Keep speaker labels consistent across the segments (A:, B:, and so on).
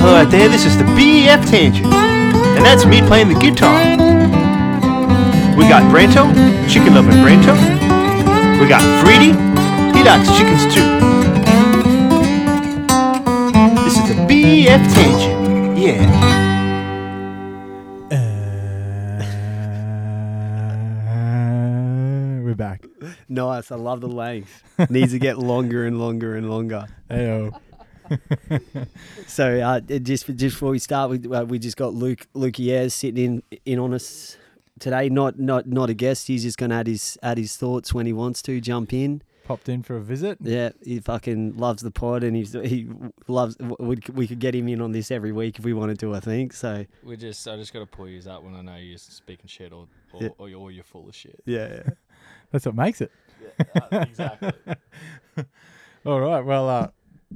A: Hello out there, this is the BEF Tangent, and that's me playing the guitar. We got Branto, chicken loving Branto. We got Freedy, he likes chickens too. This is the BEF Tangent, yeah.
B: Uh, we're back.
C: Nice. I love the length. Needs to get longer and longer and longer.
B: Ayo.
C: So uh, just just before we start, we, uh, we just got Luke Luke Ayres sitting in in on us today. Not not not a guest. He's just going to add his add his thoughts when he wants to. Jump in.
B: Popped in for a visit.
C: Yeah, he fucking loves the pod, and he's he loves. We we could get him in on this every week if we wanted to. I think so.
D: We just, I just got to pull you out when I know you're speaking shit or, or,
C: Yeah.
D: or, you're, or you're full of shit.
C: Yeah.
B: That's what makes it.
D: exactly.
B: All right. Well, uh,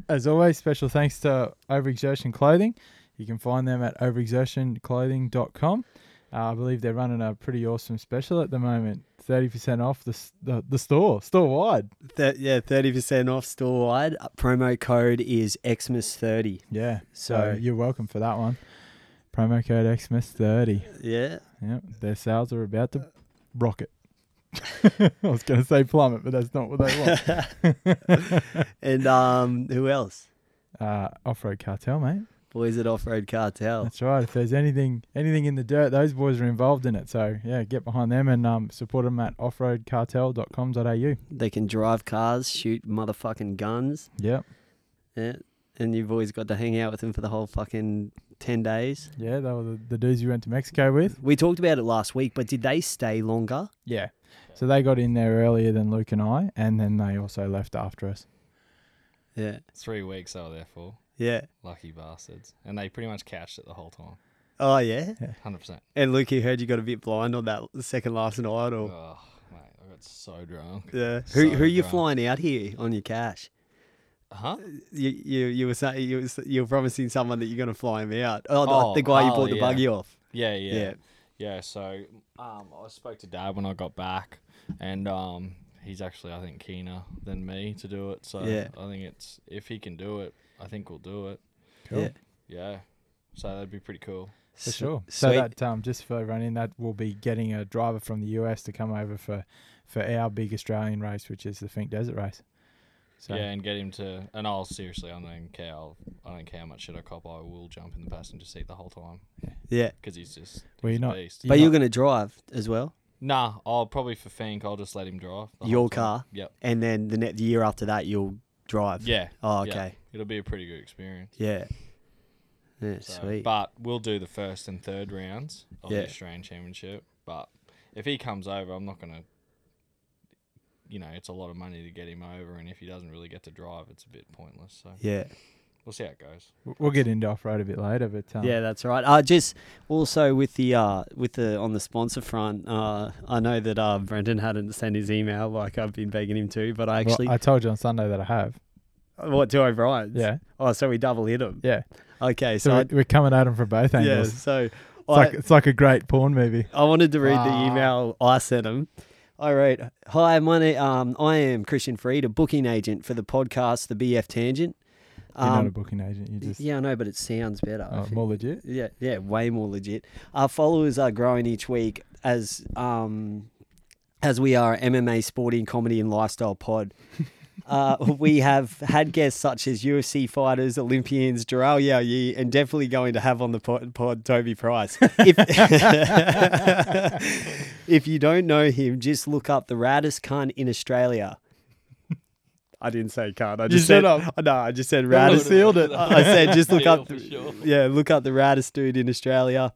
B: as always, special thanks to Overexertion Clothing. You can find them at overexertionclothing.com. Uh, I believe they're running a pretty awesome special at the moment. 30% off the, s- the, the store, store wide.
C: Th- yeah, thirty percent off store wide. Uh, Promo code is Xmas thirty.
B: Yeah. So
C: So-
B: you're welcome for that one. Promo code XMS30.
C: Yeah,
B: Yep. Their sales are about to rocket. I was going to say plummet, but that's not what they want.
C: and um, who else?
B: uh, off-road cartel, mate.
C: Boys at Off Road Cartel.
B: That's right. If there's anything anything in the dirt, those boys are involved in it. So yeah, get behind them and um, support them at offroadcartel.com.au.
C: They can drive cars, shoot motherfucking guns.
B: Yep.
C: Yeah. And you've always got to hang out with them for the whole fucking 10 days.
B: Yeah, they were the, the dudes you went to Mexico with.
C: We talked about it last week, but did they stay longer?
B: Yeah. So they got in there earlier than Luke and I, and then they also left after us.
C: Yeah.
D: Three weeks I was there for.
C: Yeah.
D: Lucky bastards. And they pretty much couched it the whole time.
C: Oh, yeah.
D: 100%.
C: And Luke, you heard you got a bit blind on that second last night, or
D: Oh, mate, I got so drunk.
C: yeah.
D: So
C: Who, who are you
D: drunk.
C: flying out here on your cash?
D: Huh?
C: You you you were saying you were, you were promising someone that you're gonna fly him out. Oh, the,
D: Oh,
C: the guy you
D: Carl,
C: bought the
D: yeah.
C: buggy off.
D: Yeah, yeah,
C: Yeah.
D: yeah. so um, I spoke to Dad when I got back, and um, he's actually I think keener than me to do it. So
C: Yeah.
D: I think it's if he can do it, I think we'll do it.
B: Cool.
C: Yeah.
D: Yeah. So that'd be pretty cool.
B: For
C: S-
B: sure. So
C: Sweet.
B: that um, just for running, that will be getting a driver from the US to come over for for our big Australian race, which is the Fink Desert Race. So
D: Yeah, and get him to. And I'll seriously, I don't care. I'll, I don't care how much shit I cop. I will jump in the passenger seat the whole time
C: yeah.
D: because he's just.
B: Well,
D: he's
B: you're
D: a
B: not-
D: beast.
B: you-
C: But
B: Yeah.
C: you're gonna drive as well,
D: Nah, I'll probably for Fink. I'll just let him drive the whole
C: Your
D: time.
C: car?
D: Yep.
C: and then the ne- the year after that you'll drive.
D: Yeah.
C: Oh,
D: yeah.
C: okay.
D: It'll be a pretty good experience.
C: Yeah. Yeah,
D: So,
C: sweet.
D: But we'll do the first and third rounds of
C: Yeah.
D: the Australian Championship. But if he comes over, I'm not gonna. You know, it's a lot of money to get him over, and if he doesn't really get to drive, it's a bit pointless. So
C: yeah.
D: we'll see how it goes.
B: w- we'll get into off road a bit later, but um,
C: Yeah, that's right. Uh, just also with the uh, with the on the sponsor front, uh, I know that uh, Brendan hadn't sent his email like I've been begging him to, but I
B: well,
C: actually
B: I told you on Sunday that I have.
C: what do O'Brien's?
B: Yeah,
C: Oh, so we double hit him.
B: yeah.
C: Okay,
B: So
C: so,
B: we're, we're coming at them from both
C: I,
B: angles.
C: yeah,
B: it's
C: so I,
B: like it's like a great porn movie.
C: I wanted to read the
B: Ah.
C: email I sent him. I wrote, "Hi, my name, um, I am Christian Freed, a booking agent for the podcast The BF Tangent."
B: You're not a
C: Um,
B: booking agent. You just
C: yeah, I know, but it sounds better. I
B: oh,
C: think.
B: more legit.
C: Yeah, yeah, way more legit. Our followers are growing each week as um as we are a MMA sporting comedy and lifestyle pod. Uh, we have had guests such as UFC fighters, Olympians, Gerald Yao Yi, and definitely going to have on the pod, pod Toby Price. If, if you don't know him, just look up the raddest cunt in Australia. I didn't say cunt. I just
B: said
C: said,
B: up.
C: No, I just said
B: I
C: raddest.
B: sealed it.
C: I I said, just look
D: Deal
C: up,
D: for sure.
C: yeah, look up the raddest dude in Australia,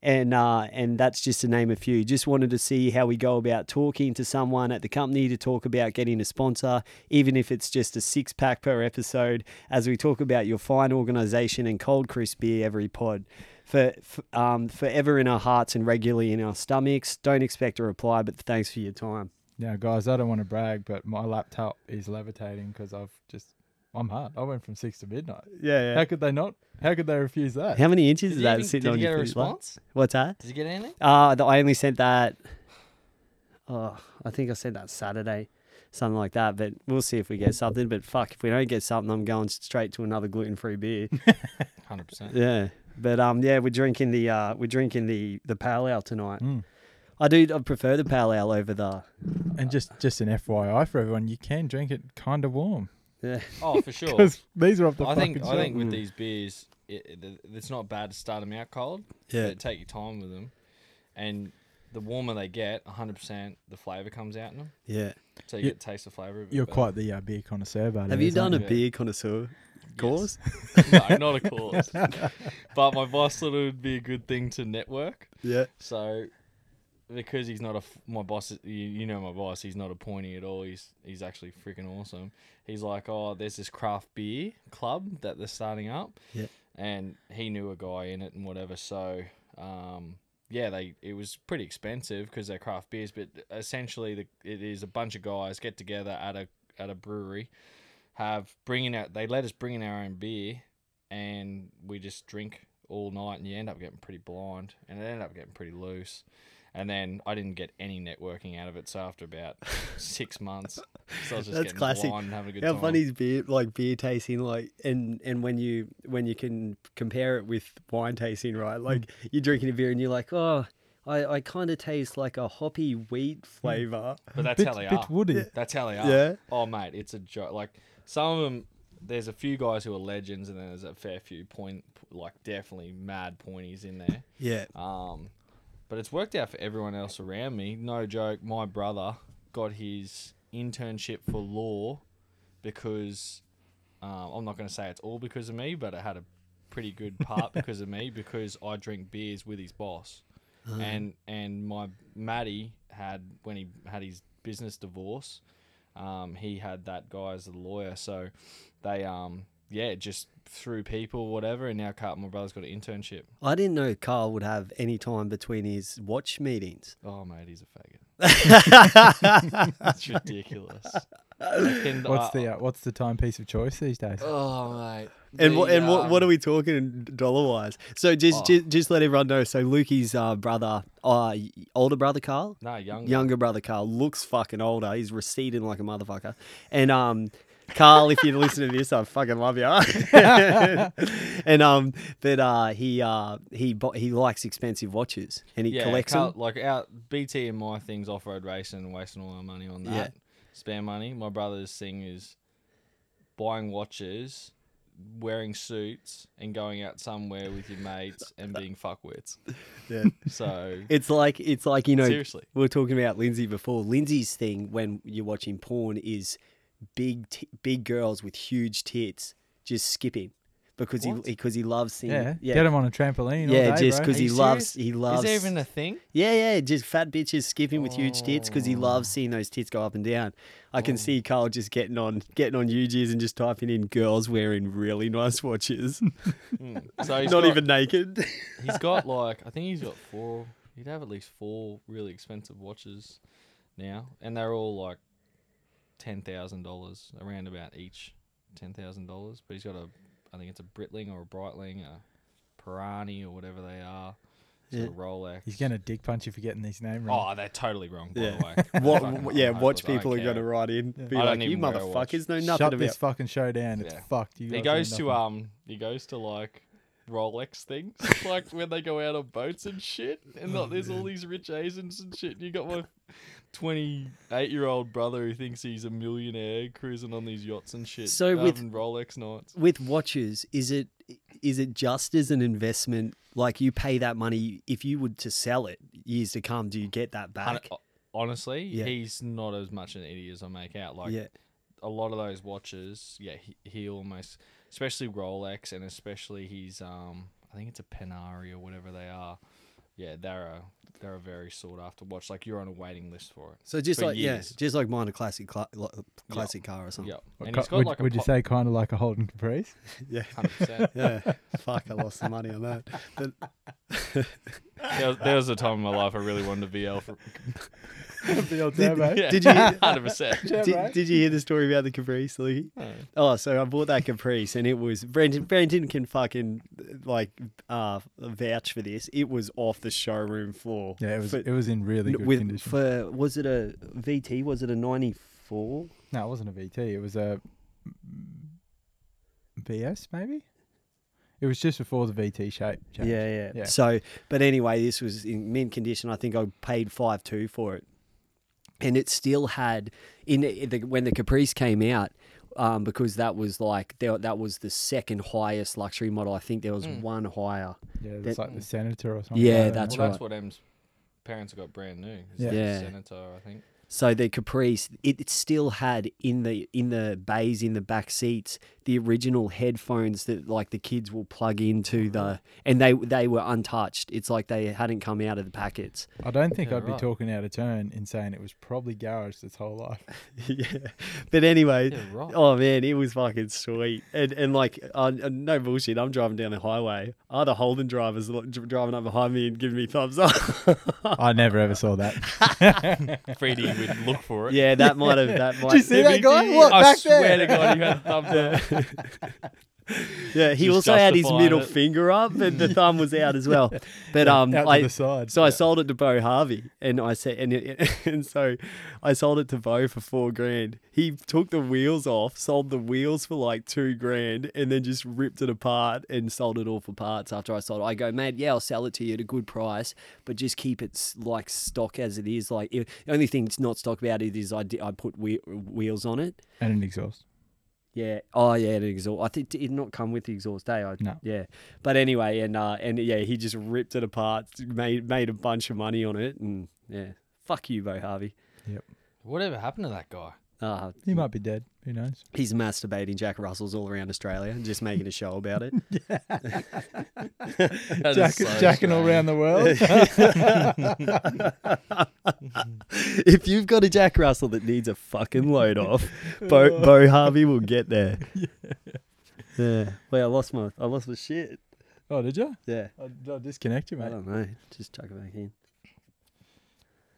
C: and uh, and that's just to name a few. Just wanted to see how we go about talking to someone at the company to talk about getting a sponsor, even if it's just a six pack per episode, as we talk about your fine organisation and cold crisp beer every pod. For, f um, forever in our hearts and regularly in our stomachs. Don't expect a reply, but thanks for your time.
B: Now, guys, I don't want to brag, but my laptop is levitating because I've just I'm hard. I went from six to midnight.
C: Yeah,
B: How could they not? How could they refuse that?
C: How many inches
D: Did
C: is
D: you
C: that
D: even-
C: sitting
D: did
C: on
D: you
C: your
D: get a
C: food, like?
D: response?
C: What's that?
D: Did you get
C: Ah,
D: anything?
C: Uh, th- I only sent that. Oh, I think I sent that Saturday. something like that. But we'll see if we get something. But fuck, if we don't get something, I'm going straight to another gluten free beer.
D: hundred percent.
C: yeah. But um, yeah, we're drinking the uh, we're drinking the the pale ale tonight. I do I prefer the pale ale over the
B: And just just an FYI for everyone, you can drink it kind of warm
C: yeah.
D: Oh, for sure.
B: because these are off the
D: I
B: fucking
D: think I
B: shelf.
D: think with these beers, it, it, it's not bad to start them out cold.
C: Yeah.
D: but take your time with them, and the warmer they get, hundred percent, the flavor comes out in them,
C: Yeah.
D: so you
B: You-
D: get to taste the flavor. Of it
B: You're
D: better.
B: quite the uh, beer connoisseur, buddy.
C: Have you
B: isn't
C: done
B: it?
C: a
D: Yeah.
C: beer connoisseur course?
D: no, not a course. but my boss thought it would be a good thing to network.
C: Yeah.
D: So, because he's not a f- my boss, is- you, you know my boss. He's not a pointy at all. He's he's actually freaking awesome. He's like, oh, there's this craft beer club that they're starting up.
C: Yeah.
D: And he knew a guy in it and whatever. So, um, yeah, they it was pretty expensive because they're craft beers, but essentially the, it is a bunch of guys get together at a at a brewery, have bringing out they let us bring in our own beer, and we just drink all night and you end up getting pretty blind and it ended up getting pretty loose and then i didn't get any networking out of it so after about six months so I was just
C: That's
D: getting
C: classic.
D: blind and having a good
C: How
D: time
C: funny is beer like beer tasting like and and when you when you can compare it with wine tasting, right? Like you're drinking a beer and you're like, oh, I, I kind of taste like a hoppy wheat flavor.
D: but that's how they
B: Bit,
D: are
B: bit woody.
D: that's how they are
C: Yeah.
D: oh mate it's a joke like some of them there's a few guys who are legends and then there's a fair few point like definitely mad pointies in there
C: Yeah.
D: Um, but it's worked out for everyone else around me. No joke. My brother got his internship for law because um, I'm not going to say it's all because of me, but it had a pretty good part because of me because I drink beers with his boss, and and my Matty had when he had his business divorce, um, he had that guy as a lawyer. So they um yeah just through people whatever, and now Carl, my brother's got an internship.
C: I didn't know Carl would have any time between his watch meetings.
D: Oh mate, he's a faggot. That's ridiculous. I can-
B: What's
D: I-
B: the uh, what's the timepiece of choice these days?
D: oh mate.
C: And, what,
D: The,
C: and what, what are
D: um,
C: we talking dollar wise? So just, ju- just let everyone know. So Lukey's uh, brother, uh, older brother Carl,
D: No, younger.
C: younger brother Carl looks fucking older. He's receding like a motherfucker. And um, Carl, if you listen to this, I fucking love you. and um, but uh, he uh, he bo- he likes expensive watches and he
D: yeah,
C: collects
D: Carl-
C: them.
D: Like our BT and my things off road racing and wasting all our money on that.
C: Yeah.
D: Spare money. My brother's thing is buying watches, wearing suits, and going out somewhere with your mates and being fuckwits.
C: Yeah.
D: So
C: It's like it's like you know
D: Seriously.
C: we were talking about Lindsay before. Lindsay's thing when you're watching porn is big t- big girls with huge tits just skipping because he because he loves seeing
B: yeah.
C: yeah
B: get him on a trampoline. all
C: yeah
B: day,
C: just
B: bro.
C: because
D: Are
C: he
D: you
C: loves
D: serious?
C: he loves
D: Is there even a thing?
C: yeah yeah just fat bitches skipping with huge tits because he
D: Oh.
C: loves seeing those tits go up and down. I can see Carl just getting on getting on UGs and just typing in girls wearing really nice watches,
D: So he's
C: not
D: got-
C: even naked.
D: He's got like I think he's got four. He'd have at least four really expensive watches now, and they're all like ten thousand dollars, around about each ten thousand dollars. But he's got a, I think it's a Britling or a Breitling, a Pirani or whatever they are. He's got a Rolex.
B: He's gonna dick punch you for getting these names wrong.
D: Oh, they're totally wrong. By
C: Yeah.
D: the way, Fucking
C: what, yeah,
D: hopeless,
C: watch
D: I don't
C: people are going to
D: care.
C: write in, be
D: I don't
C: like, you
D: even wear a watch.
C: motherfuckers know
B: Shut
C: nothing
B: this
C: about
B: fucking show down. It's
D: Yeah.
B: fucked. You
D: He
B: guys know
D: goes to
B: nothing.
D: um, he goes to like Rolex things, like when they go out on boats and shit, and like, there's all these rich Asians and shit. You got my twenty-eight-year-old brother who thinks he's a millionaire cruising on these yachts and shit.
C: So
D: they're
C: with-
D: having Rolex nights,
C: with watches is it is it just as an investment like you pay that money if you would to sell it years to come do you get that
D: Hon-
C: back
D: uh, honestly,
C: Yeah.
D: he's not as much an idiot as I make out. Like,
C: yeah
D: a lot of those watches, yeah, he, he almost, especially Rolex and especially his, um, I think it's a Panari or whatever they are. Yeah, they're a they're a very sought after watch. Like you're on a waiting list for it.
C: so just
D: For
C: like
D: years.
C: yeah just like mine a classic cla- lo- classic car or something
D: Yep.
B: What
D: And
B: ki-
D: he's got
B: would,
D: like a
B: would you
D: pop-
B: say kind of like a Holden Caprice?
C: yeah
D: 100%.
C: yeah fuck i lost the money on that but
D: there, was, there was a time in my life I really wanted to be Alpha.
B: the old turbo.
D: Yeah,
C: Did you-
D: 100%.
B: right?
C: did, did you hear the story about the caprice Lee? oh so i bought that caprice and it was brandon brandon can fucking like uh vouch for this it was off the showroom floor
B: Yeah, it was
C: For-
B: it was in really
C: N-
B: good
C: with
B: condition.
C: for was it a VT? Was it a ninety four.
B: No, it wasn't a VT. It was a BS, maybe. It was just before the VT shape. change.
C: Yeah, yeah,
B: Yeah.
C: So, but anyway, this was in mint condition. I think I paid five two for it, and it still had in it- the, when the Caprice came out. Um, because that was like there, that was the second highest luxury model. I think there was
B: Hmm.
C: one higher.
B: yeah. It's
C: That-
B: like the senator or something. like that.
C: Yeah,
D: Well,
C: that's
D: that's
C: right.
D: what M's parents got brand new. It's
B: Yeah.
D: the
C: Yeah.
D: Senator, I think.
C: So the Caprice, it, it still had in the in the bays in the back seats the original headphones that like the kids will plug into the,
B: Mm-hmm.
C: and they they were untouched. It's like they hadn't come out of the packets.
B: I don't think
D: Yeah,
B: I'd be
D: right.
B: talking out of turn in saying it was probably garage this whole life.
C: yeah. But anyway,
D: Yeah, right.
C: oh man, it was fucking sweet. And and like, uh, no bullshit, I'm driving down the highway. Other Holden drivers lo- dri- driving up behind me and giving me thumbs up.
B: I never ever saw that.
D: Freddie would look for it.
C: yeah, that might have that might.
B: Did you see that guy? What
D: I
B: back
D: swear
B: there?
D: to God, you had a thumbs up.
C: Yeah, he
D: Just
C: also had his
D: justifying
C: middle
D: it.
C: finger up and the thumb was out as well. But um,
B: out to
C: I,
B: the side.
C: so I sold it to Bo Harvey, and I said, and, it, and so I sold it to Bo for four grand. He took the wheels off, sold the wheels for like two grand, and then just ripped it apart and sold it all for parts. After I sold it, I go, man, yeah, I'll sell it to you at a good price, but just keep it s- like stock as it is. Like it, the only thing that's not stock about it is I di- I put whe- wheels on it.
B: And an exhaust.
C: Yeah. Oh, yeah. The exhaust. I think it did not come with the exhaust. Eh? I,
B: No.
C: Yeah. But anyway, and uh, and yeah, he just ripped it apart, made made a bunch of money on it, and yeah, fuck you, Bo Harvey.
D: Whatever happened to that guy?
C: Uh,
B: He might be dead. Who knows?
C: he's masturbating Jack Russells all around Australia, and just making a show about it.
D: That is
B: Jack,
D: so
B: jacking all
D: strange.
B: around the world.
C: if you've got a Jack Russell that needs a fucking load off, Bo, Bo Harvey will get there. Yeah. yeah. Well, I lost my I lost my shit.
B: oh, did you?
C: Yeah.
B: I, I disconnect you,
C: I
B: mate.
C: don't know. Just chuck it back in.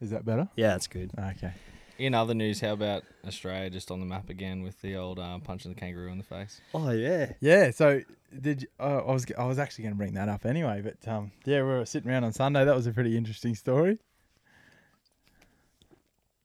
B: Is that better?
C: Yeah, that's good.
B: Okay.
D: In other news, how about Australia just on the map again with the old um, punching the kangaroo in the face?
C: Oh yeah.
B: Yeah. So did you, uh, I was I was actually going to bring that up anyway, but um, yeah, we were sitting around on Sunday. That was a pretty interesting story.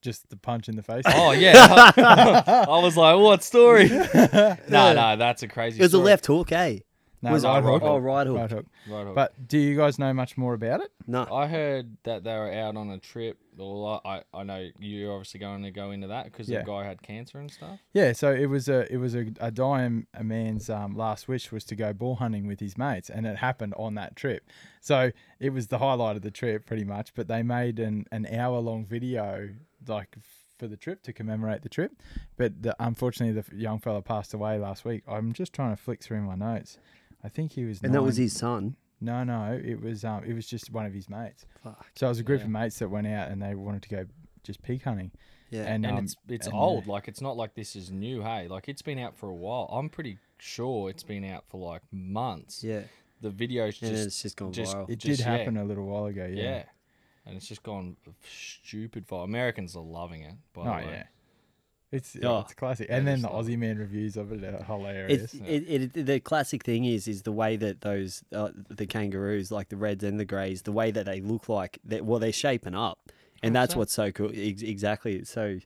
B: Just the punch in the face.
D: Oh yeah, I was like, what story? no, no, that's a crazy.
C: It was a
D: story.
C: left hook, eh?
B: no,
C: was it
B: right
D: right
B: hook.
D: hook?
C: Oh, right hook. Oh,
B: Right hook.
D: Right hook.
B: But do you guys know much more about it?
C: No.
D: I heard that they were out on a trip. Well, I, I I know you're obviously going to go into that because
B: Yeah.
D: the guy had cancer and stuff.
B: Yeah, so it was a it was a, a dime a man's um, last wish was to go ball hunting with his mates, and it happened on that trip. So it was the highlight of the trip, pretty much. But they made an an hour long video like for the trip to commemorate the trip. But the, unfortunately, the young fella passed away last week. I'm just trying to flick through my notes. I think he was
C: And that was
B: nine-
C: his son.
B: no, no, it was um, it was just one of his mates.
C: Fuck.
B: So it was a group
D: Yeah.
B: of mates that went out and they wanted to go just pig hunting.
C: Yeah.
B: and,
D: and
B: um,
D: it's it's
B: and, uh,
D: old. Like it's not like this is new. Hey, like it's been out for a while. I'm pretty sure it's been out for like months.
C: yeah.
D: The video's just
C: And it's just gone
D: just-
C: viral.
B: It
D: Just
B: did
D: yeah.
B: happen a little while ago.
D: yeah.
B: yeah.
D: and it's just gone stupid viral. Americans are loving it. By
B: Oh
D: the way.
B: yeah, it's
C: Oh,
B: it's classic. And then the
D: that's
B: Aussie man reviews of it are hilarious.
C: It's, it, it, the classic thing is is the way that those uh, the kangaroos, like the reds and the greys, the way that they look like, they, well, they're shaping up, and that's what's so cool. Ex- exactly, it's so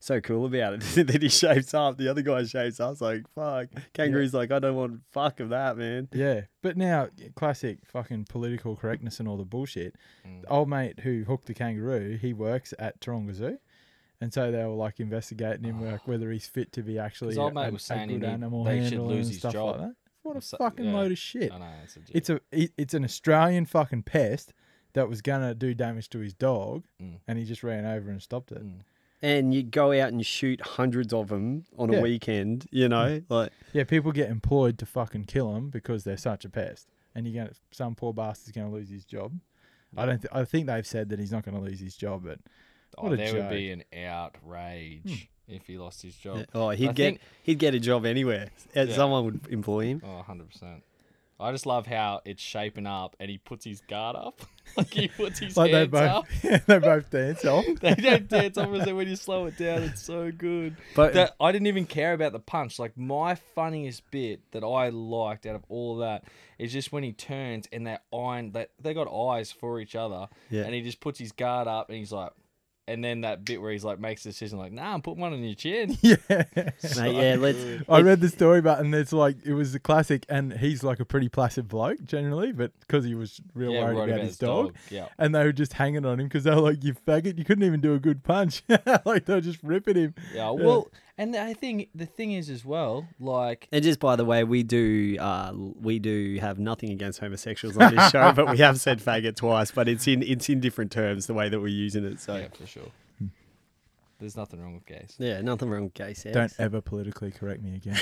C: so cool about it that he shapes up. The other guy shapes up. It's like fuck. Kangaroo's like, I don't want fuck of that, man.
B: yeah, but now classic fucking political correctness and all the bullshit.
D: Mm.
B: The old mate who hooked the kangaroo, he works at Taronga Zoo. And so they were like investigating him, like whether he's fit to be actually
D: His old
B: a-
D: mate
B: a,
D: was
B: a
D: saying he
B: good
D: need-
B: animal
D: they should
B: handler
D: lose
B: and
D: his
B: stuff
D: job.
B: like that. What a
D: So-
B: fucking
D: yeah.
B: load of shit!
D: I know it's a joke.
B: It's a it- it's an Australian fucking pest that was gonna do damage to his dog,
D: Mm.
B: and he just ran over and stopped it.
C: And you go out and shoot hundreds of them on
B: Yeah.
C: a weekend. You know, like
B: Yeah, people get employed to fucking kill them because they're such a pest, and you're gonna some poor bastard's gonna lose his job. I don't. Th- I think they've said that he's not gonna lose his job, but
D: oh,
B: what a
D: there
B: joke. Hmm.
D: would be an outrage if he lost his job.
C: Oh,
D: I
C: he'd get
D: think-
C: he'd get a job anywhere. Uh, Someone would employ him.
D: Oh, 100%. I just love how it's shaping up and he puts his guard up. like he puts his
B: like they
D: hands
B: both,
D: up.
B: yeah, they both dance off.
D: They don't dance off and then when you slow it down, it's so good.
C: But-
D: that, I didn't even care about the punch. Like my funniest bit that I liked out of all that is just when he turns and that iron that they got eyes for each other.
C: Yeah.
D: And he just puts his guard up and he's like, And then that bit where he's like makes the decision, like, nah, I'm putting one on your chin.
B: Yeah.
C: Mate, yeah, let's.
B: I read the story about, and it's like it was the classic, and he's like a pretty placid bloke generally, but because he was real
D: yeah,
B: worried
D: right
B: about, his, dog,
D: Yeah.
B: and they were just hanging on him because they were like, "You faggot, you couldn't even do a good punch." like they were just ripping him.
D: Yeah. Well, and I think the thing is as well, like,
C: And just by the way, we do uh, we do have nothing against homosexuals on this show, but we have said faggot twice. But it's in it's in different terms the way that we're using it. So
D: yeah, for sure.
B: Hmm.
D: There's nothing wrong with gays.
C: yeah, nothing wrong with gay sex.
B: Don't ever politically correct me again.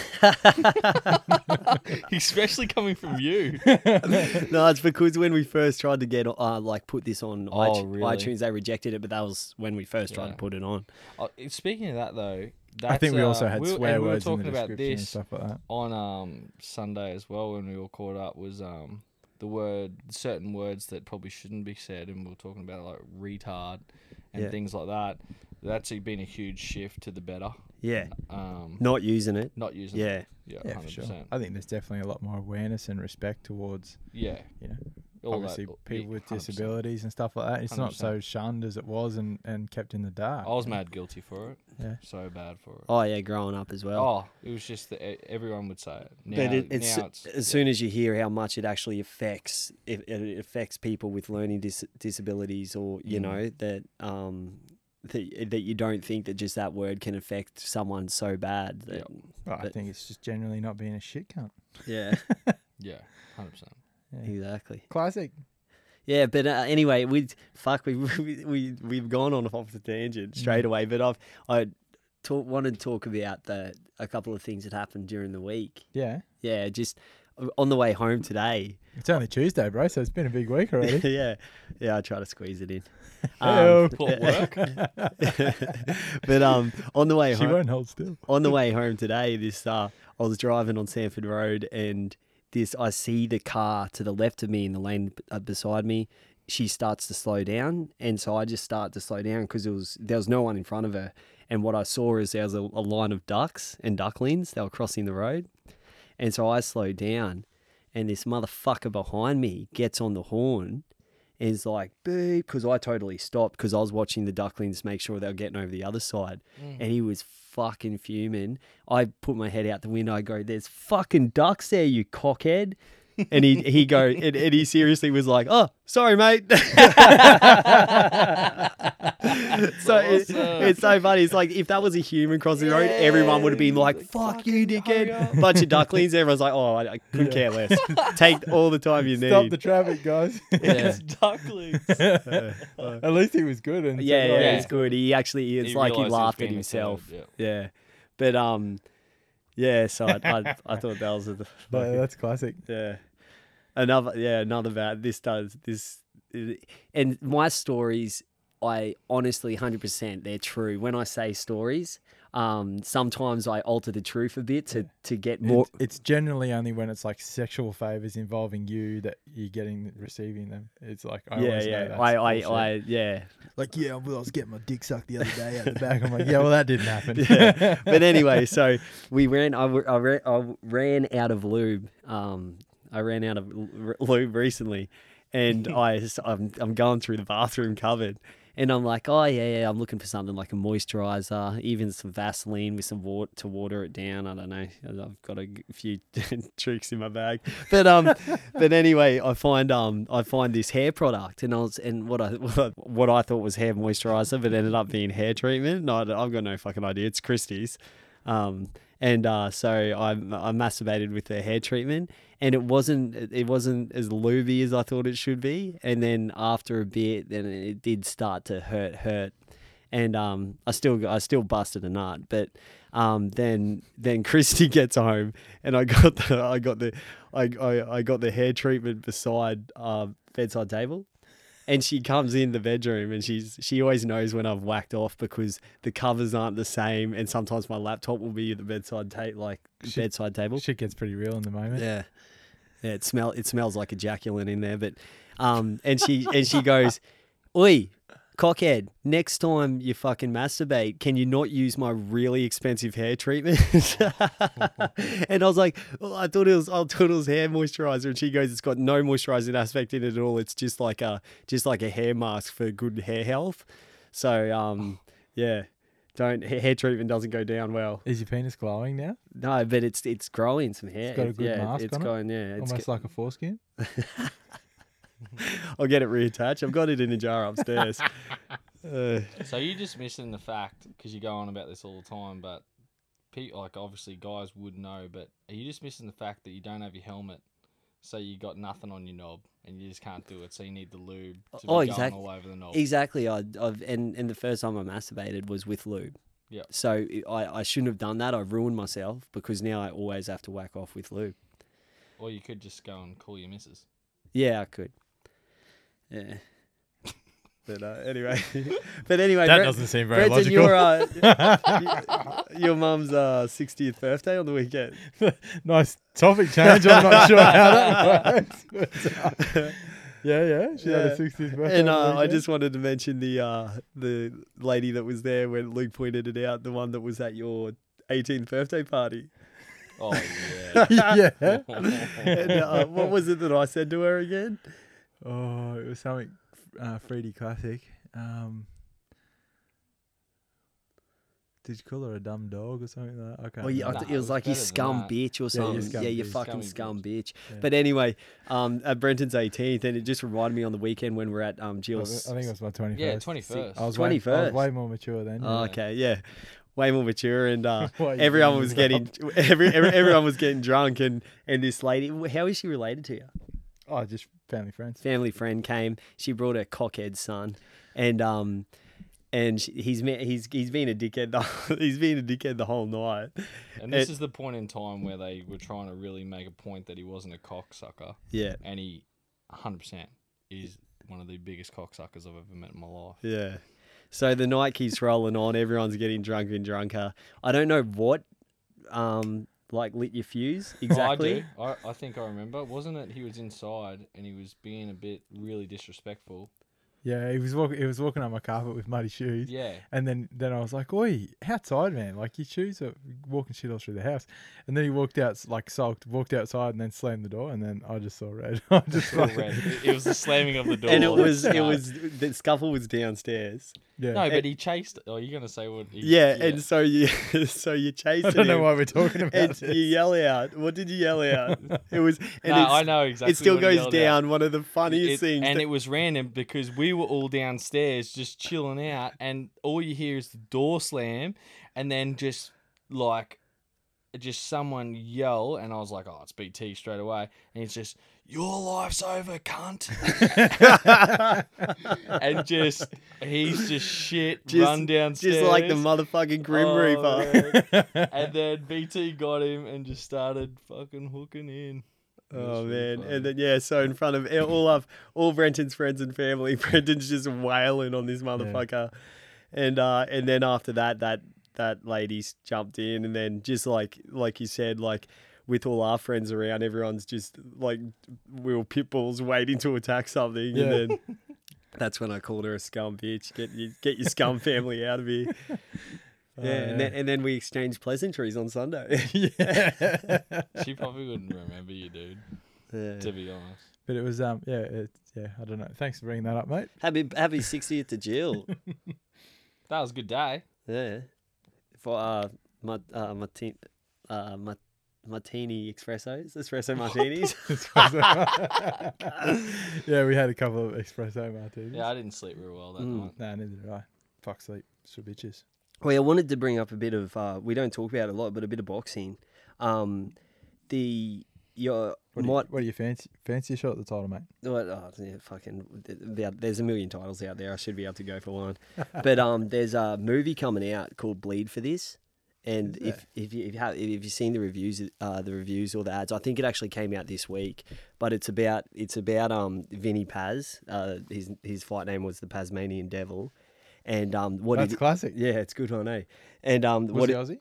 D: Especially coming from you.
C: no, it's because when we first tried to get uh, like put this on
D: Oh,
C: iTu-
D: really?
C: iTunes, they rejected it. But that was when we first tried
D: Yeah.
C: to put it on.
D: Uh, speaking of that, though, that's,
B: I think we also
D: uh,
B: had
D: we were-
B: swear
D: and we were
B: words in
D: talking
B: the
D: about
B: description
D: this
B: and stuff like that.
D: on um, Sunday as well when we all caught up was um, the word certain words that probably shouldn't be said, and we are talking about like retard and
C: Yeah.
D: things like that. That's been a huge shift to the better.
C: Yeah,
D: Um,
C: not using it.
D: not using it.
C: Yeah,
D: yeah,
B: Yeah, for
D: 100%.
B: sure. I think there's definitely a lot more awareness and respect towards
D: Yeah,
B: you know
D: all
B: obviously
D: that-
B: people with
D: 100%.
B: disabilities and stuff like that. It's not so
D: 100%.
B: shunned as it was and and kept in the dark.
D: I was mad guilty for it.
B: Yeah.
D: So bad for it.
C: Oh yeah, growing up as well.
D: Oh, it was just that e- everyone would say it. Now,
C: but it, it's,
D: now it's
C: as soon as you hear how much it actually affects, it, it affects people with learning dis- disabilities, or you
D: Mm.
C: know that um that, that you don't think that just that word can affect someone so bad. That,
B: Well, I
C: But-
B: think it's just generally not being a shit cunt.
C: Yeah,
D: yeah, hundred percent.
C: exactly.
B: Classic.
C: Yeah, but uh, anyway, we fuck we we we we've gone on off the tangent
D: Mm.
C: straight away. But I've I talk, wanted to talk about the a couple of things that happened during the week.
B: Yeah.
C: Yeah, just uh, on the way home today.
B: It's only Tuesday, bro, so it's been a big week already.
C: yeah, yeah, I try to squeeze it in. Um,
B: Hey-o.
D: What work?
C: but um, on the way
B: she
C: home,
B: won't hold still.
C: on the way home today, this uh, I was driving on Sanford Road, and this I see the car to the left of me in the lane uh, beside me. She starts to slow down, and so I just start to slow down because it was there was no one in front of her. And what I saw is there was a, a line of ducks and ducklings. They were crossing the road, and so I slowed down, and this motherfucker behind me gets on the horn and is like, beep, because I totally stopped because I was watching the ducklings make sure they were getting over the other side. And he was fucking fuming. I put my head out the window. I go, there's fucking ducks there, you cockhead. And he, he go, and, and he seriously was like, oh, sorry, mate. so it,
D: Awesome.
C: it's so funny. It's like if that was a human crossing the road, everyone would have been like, "Fuck you, dickhead!" Bunch of ducklings. Everyone's like, "Oh, I, I couldn't care less. Take all the time you
B: Stop
C: need."
B: the traffic, guys.
C: yeah.
D: Ducklings.
B: At least he was good. And
C: yeah, yeah,
D: "Oh, Yeah.
C: it's good. He actually, it's
D: He
C: like he laughed
D: realised he was
C: at
D: being
C: himself.
D: offended,
C: Yeah. but um, yeah. So I, I, I thought that was a,
B: No, that's classic.
C: yeah. Another yeah, another bad. This does this, and my stories. I honestly, hundred percent, they're true. When I say stories, um, sometimes I alter the truth a bit to to get more.
B: It- it's generally only when it's like sexual favors involving you that you're getting receiving them. It's like I
C: yeah,
B: always know
C: yeah.
B: that's
C: I, I,
B: bullshit.
C: I, yeah.
B: like yeah. Well, I was getting my dick sucked the other day out the back. I'm like, yeah, well, that didn't happen.
C: yeah. But anyway, so we ran. I, w- I ran. I ran out of lube. Um, I ran out of l- r- lube recently, and I s- I'm I'm going through the bathroom cupboard, and I'm like, oh yeah, yeah, I'm looking for something like a moisturizer, even some Vaseline with some water to water it down. I don't know. I've got a g- few tricks in my bag, but um, but anyway, I find um, I find this hair product, and I was and what I what I, what I thought was hair moisturizer, but ended up being hair treatment. No, I- I've got no fucking idea. It's Christie's. Um, and uh, so I, I masturbated with the hair treatment, and it wasn't it wasn't as lubey as I thought it should be. And then after a bit, then it did start to hurt, hurt, and um, I still I still busted a nut. But um, then then Christy gets home, and I got the I got the I I, I got the hair treatment beside uh, bedside table. And she comes in the bedroom and she's she always knows when I've whacked off because the covers aren't the same and sometimes my laptop will be at the bedside ta- like bedside table.
B: Shit gets pretty real in the moment.
C: Yeah. Yeah, it smell it smells like ejaculant in there, but um and she and she goes, Oi, cockhead, next time you fucking masturbate, can you not use my really expensive hair treatment? and I was like, well, I thought it was I thought it was hair moisturizer and she goes, It's got no moisturizing aspect in it at all. It's just like a just like a hair mask for good hair health. So um, yeah, don't ha- hair treatment doesn't go down well.
B: Is your penis glowing now?
C: No, but it's it's growing some hair.
B: got a good
C: yeah,
B: mask
C: it's
B: on it?
C: going yeah. It's
B: Almost
C: go-
B: like a foreskin.
C: I'll get it reattached. I've got it in a jar upstairs. uh,
D: So you're just missing the fact because you go on about this all the time, but pe- like obviously guys would know, but are you just missing the fact that you don't have your helmet, so you got nothing on your knob and you just can't do it, so you need the lube to be
C: Oh,
D: going
C: exact-
D: all over the knob.
C: Exactly. I, I've and, and the first time I masturbated was with lube.
D: Yeah.
C: So I, I shouldn't have done that. I ruined myself because now I always have to whack off with lube.
D: Or you could just go and call your missus.
C: Yeah, I could. Yeah. But uh, anyway, but anyway,
B: That
C: Bre-
B: doesn't seem very
C: Brenton,
B: logical.
C: Your, uh, y- your mum's uh, 60th birthday on the weekend.
B: nice topic change. I'm not sure how that works. but, uh, yeah, yeah. She had
C: Yeah.
B: a 60th birthday.
C: And
B: on
C: uh,
B: the
C: I
B: weekend.
C: just wanted to mention the uh, the lady that was there when Luke pointed it out, the one that was at your 18th birthday party.
D: Oh yeah.
B: yeah.
C: And, uh, what was it that I said to her again?
B: Oh, it was something uh, 3D classic. Um, did you call her a dumb dog or something like that? I can't.
C: Well, yeah, I
B: remember.
D: Nah,
C: th-
D: it
C: it
D: was
C: was like you
D: better than
C: scum
D: that.
C: bitch
B: Yeah,
C: or
B: you
C: something. Yeah,
B: scum
C: you
B: bitch.
C: fucking
D: Scummy
C: scum bitch. But anyway, um, at Brenton's 18th, and it just reminded me on the weekend when we we're at um,
B: I
C: Jill's.
B: think it was my 21st.
D: yeah, twenty first.
B: I was, way, I was
C: 21st.
B: way more mature then.
C: Oh, okay, yeah, way more mature, and uh,
B: Why you
C: everyone
B: bringing
C: was
B: it
C: getting every, every everyone was getting drunk, and and this lady, how is she related to you?
B: Oh, just family friends.
C: family friend came. She brought her cockhead son, and um, and she, he's me- he's he's been a dickhead. The, he's been a dickhead the whole night.
D: And this
C: It-
D: is the point in time where they were trying to really make a point that he wasn't a cocksucker,
C: Yeah,
D: and he, hundred percent, is one of the biggest cocksuckers I've ever met in my life.
C: yeah. So the night keeps rolling on. Everyone's getting drunker and drunker. I don't know what, um, like lit your fuse exactly.
D: Oh, I do. I, I think I remember. Wasn't it he was inside and he was being a bit really disrespectful?
B: Yeah, he was walking. He was walking on my carpet with muddy shoes.
D: Yeah.
B: And then, then I was like, "Oi, outside, man! Like your shoes are walking shit all through the house." And then he walked out, like sulked, walked outside, and then slammed the door. And then I just saw red. I just
D: Real
B: like,
D: red. It, it was the slamming of the door.
C: And it was it
D: No.
C: was the scuffle was downstairs.
B: yeah.
D: No, but he chased. Oh, you're gonna say what? He,
C: Yeah, and so you so you chased
B: I don't know
C: him.
B: why we're talking about
C: and
B: this.
C: you yell out. What did you yell out? It was and
D: No,
C: it's-
D: I know exactly.
C: it still
D: what he
C: goes
D: yelled out.
C: down. One of the funniest
D: It-
C: things.
D: and
C: that-
D: it was random because we were all downstairs just chilling out, and all you hear is the door slam, and then just like just someone yell, and I was like, "Oh, it's BT straight away," and it's just your life's over, cunt, and just he's just shit
C: Just-
D: run downstairs,
C: just like the motherfucking Grim
D: Oh,
C: Reaper.
D: man. and then BT got him and just started fucking hooking in. It was
C: Oh
D: really
C: man!
D: funny.
C: And then yeah, so in front of all of all Brenton's friends and family, Brenton's just wailing on this motherfucker, and uh, and then after that, that that lady's jumped in, and then just like like you said, like with all our friends around, everyone's just like we were pit bulls waiting to attack something,
B: Yeah.
C: and then that's when I called her a scum bitch. Get you, get your scum family out of here. Uh, Yeah,
B: yeah.
C: and then and then we exchanged pleasantries on Sunday.
B: yeah.
D: she probably wouldn't remember you, dude.
C: Yeah.
D: To be honest.
B: But it was um yeah it, yeah I don't know. Thanks for bringing that up, mate.
C: Happy happy 60th to Jill.
D: That was a good day.
C: Yeah. For uh, my uh, martini, uh, ma- martini espressos, espresso martinis.
B: yeah, we had a couple of espresso martinis.
D: Yeah, I didn't sleep real well
C: Mm.
D: that night.
B: Nah, neither did I. Fuck sleep, so bitches.
C: well, I wanted to bring up a bit of uh, we don't talk about it a lot, but a bit of boxing. Um, the your
B: What,
C: my-
B: do you, what are you fancy? Fancy shot at the title, mate.
C: Well, oh, yeah, fucking, th- there- there's a million titles out there. I should be able to go for one. but um, there's a movie coming out called Bleed for this. And if if you if you have if you've seen the reviews uh, the reviews or the ads, I think it actually came out this week. But it's about it's about um Vinny Paz. Uh, his his fight name was the Tasmanian Devil, and um what
B: That's
C: it-
B: classic.
C: yeah, it's a good one, eh? And um
B: Was
C: what
B: he
C: it-
B: Aussie?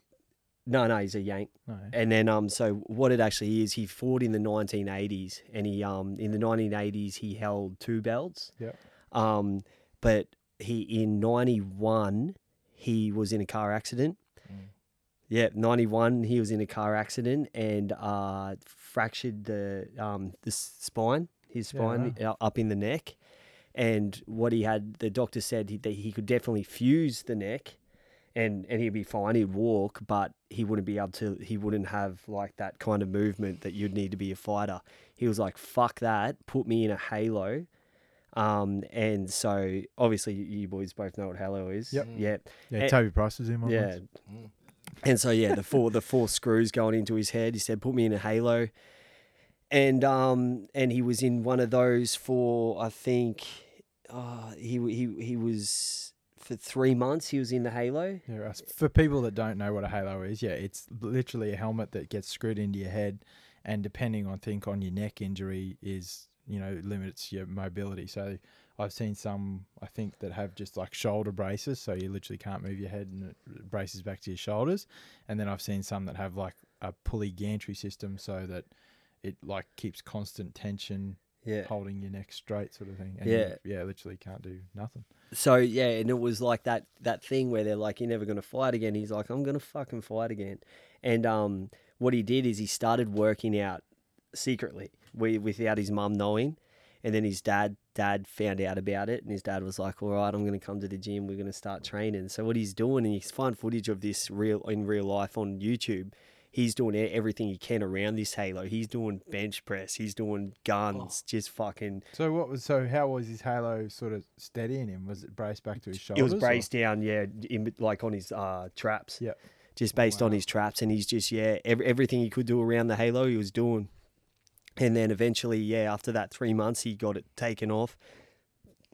C: no no he's a Yank.
B: No.
C: And then um, so what it actually is, he fought in the 1980s, and he um, in the 1980s he held two belts.
B: Yep.
C: Um, but he in 91 he was in a car accident. Yeah, 91 he was in a car accident and uh, fractured the um, the s- spine, his
B: Yeah,
C: spine uh up in the neck. and what he had, the doctor said he, that he could definitely fuse the neck, and and he'd be fine. He'd walk, but he wouldn't be able to. He wouldn't have like that kind of movement that you'd need to be a fighter. He was like, "Fuck that! Put me in a halo." Um, and so obviously you you boys both know what halo is.
B: Yep.
C: Yeah.
B: Yeah,
C: Eh,
B: Toby Price was in one.
C: Yeah.
B: once.
C: And so yeah, the four the four screws going into his head. He said, "Put me in a halo," and um and he was in one of those for I think, uh, he he he was for three months. He was in the halo.
B: Yeah, Russ. For people that don't know what a halo is, yeah, it's literally a helmet that gets screwed into your head, and depending on think on your neck injury is you know limits your mobility. So I've seen some I think that have just like shoulder braces, so you literally can't move your head and it braces back to your shoulders. And then I've seen some that have like a pulley gantry system, so that it like keeps constant tension,
C: Yeah.
B: holding your neck straight, sort of thing. And you-
C: Yeah.
B: yeah, literally can't do nothing.
C: So yeah, and it was like that that thing where they're like, "You're never gonna fight again." He's like, "I'm gonna fucking fight again," and um, what he did is he started working out secretly, wi- without his mum knowing, and then his dad dad found out about it, and his dad was like, "All right, I'm gonna come to the gym. We're gonna start training." So what he's doing, and you find footage of this real in real life on YouTube. He's doing e- everything he can around this halo. He's doing bench press. He's doing guns. Just fucking
B: So what was so how was his halo sort of steadying him? Was it braced back to his shoulders?
C: It was
B: or-
C: braced down, yeah, in, like on his uh, traps.
B: Yep.
C: Just based on his traps, and he's just yeah, ev everything he could do around the halo, he was doing. And then eventually, yeah, after that three months, he got it taken off.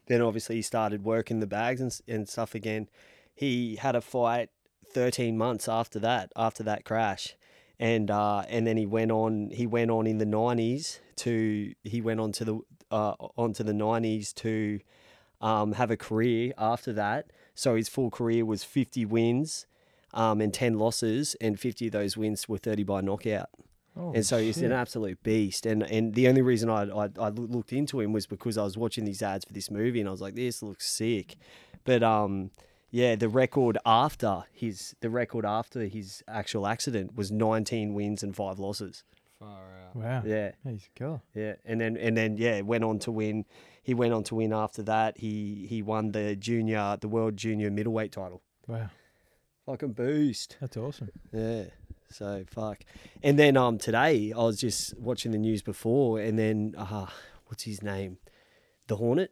C: Then obviously he started working the bags and s- and stuff again. He had a fight thirteen months after that, after that crash, and uh, and then he went on. He went on in the nineties to he went on to the uh, onto the nineties to um, have a career after that. So his full career was 50 wins um, and 10 losses, and 50 of those wins were 30 by knockout.
B: Oh,
C: and so he's an absolute beast. And and the only reason I, I I loo- looked into him was because I was watching these ads for this movie, and I was like, this looks sick. But um, yeah, the record after his the record after his actual accident was 19 wins and five losses.
D: Far out.
B: wow.
C: Yeah.
B: He's a killer.
C: Yeah, and then and then yeah, went on to win. He went on to win after that. He he won the junior, the world junior middleweight title.
B: Wow.
C: Fucking boost.
B: That's awesome.
C: Yeah. So fuck. And then um today I was just watching the news before, and then uh, what's his name, the Hornet,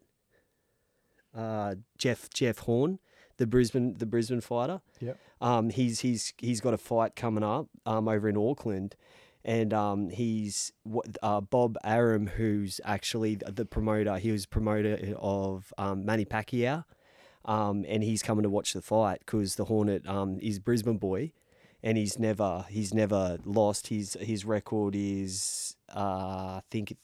C: uh Jeff Jeff Horn, the Brisbane the Brisbane fighter.
B: Yep.
C: Um, he's he's he's got a fight coming up um, over in Auckland, and um, he's what uh, Bob Arum, who's actually th- the promoter. He was promoter of um, Manny Pacquiao, um, and he's coming to watch the fight because the Hornet um, is Brisbane boy, and he's never he's never lost. His his record is uh, I think.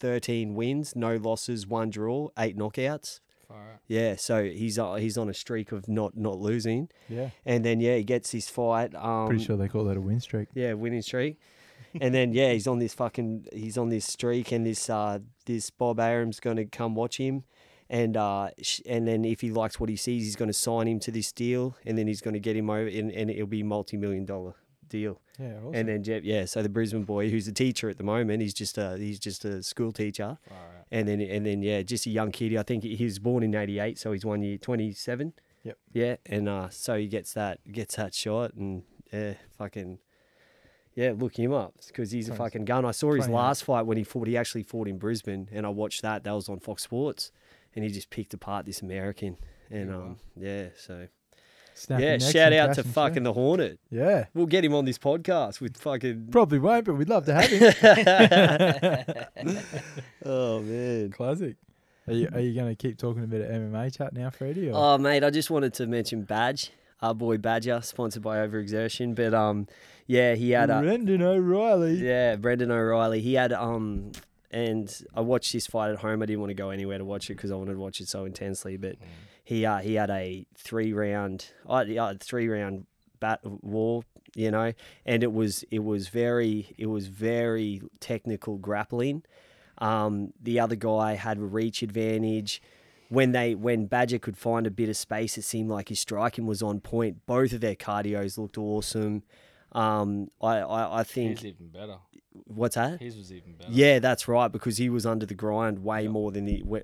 C: 13 wins, no losses, one draw, eight knockouts.
D: Far out.
C: Yeah, so he's uh, he's on a streak of not not losing.
B: Yeah.
C: And then yeah, he gets his fight. Um,
B: Pretty sure they call that a win streak.
C: Yeah, winning streak. and then yeah, he's on this fucking he's on this streak, and this uh this Bob Arum's gonna come watch him, and uh sh- and then if he likes what he sees, he's gonna sign him to this deal, and then he's gonna get him over, and, and it'll be multi million dollar deal.
B: Yeah. Awesome.
C: And then Jeff, yeah, so the Brisbane boy who's a teacher at the moment, he's just a he's just a school teacher.
D: Far out.
C: And then and then yeah, just a young kid. I think he was born in '88, so he's one year, 27.
B: Yep.
C: Yeah, and uh, so he gets that gets that shot, and yeah, fucking yeah, look him up because he's a
B: Twenty-
C: fucking gun. I saw his
B: 28.
C: last fight when he fought. He actually fought in Brisbane, and I watched that. That was on Fox Sports, and he just picked apart this American. And um, yeah, so
B: Snapping
C: yeah,
B: necks
C: shout
B: and
C: out to
B: thrashing
C: fucking
B: shit.
C: the Hornet.
B: Yeah.
C: We'll get him on this podcast with fucking.
B: Probably won't, but we'd love to have him.
C: Oh man.
B: Classic. Are you, are you going to keep talking a bit of MMA chat now, Freddie? Or?
C: Oh, mate, I just wanted to mention Badge, our boy Badger, sponsored by Overexertion. But um, yeah, he had a
B: Brendan O'Reilly.
C: yeah Brendan O'Reilly. He had um, and I watched this fight at home. I didn't want to go anywhere to watch it because I wanted to watch it so intensely. But he uh, he had a three round, uh, yeah, three round bat uh, war, you know, and it was it was very it was very technical grappling. Um, the other guy had a reach advantage. When they when Badger could find a bit of space, it seemed like his striking was on point. Both of their cardios looked awesome. Um, I, I, I think
D: He's even better.
C: what's that?
D: His was even better.
C: Yeah, that's right. Because he was under the grind way more than the wa-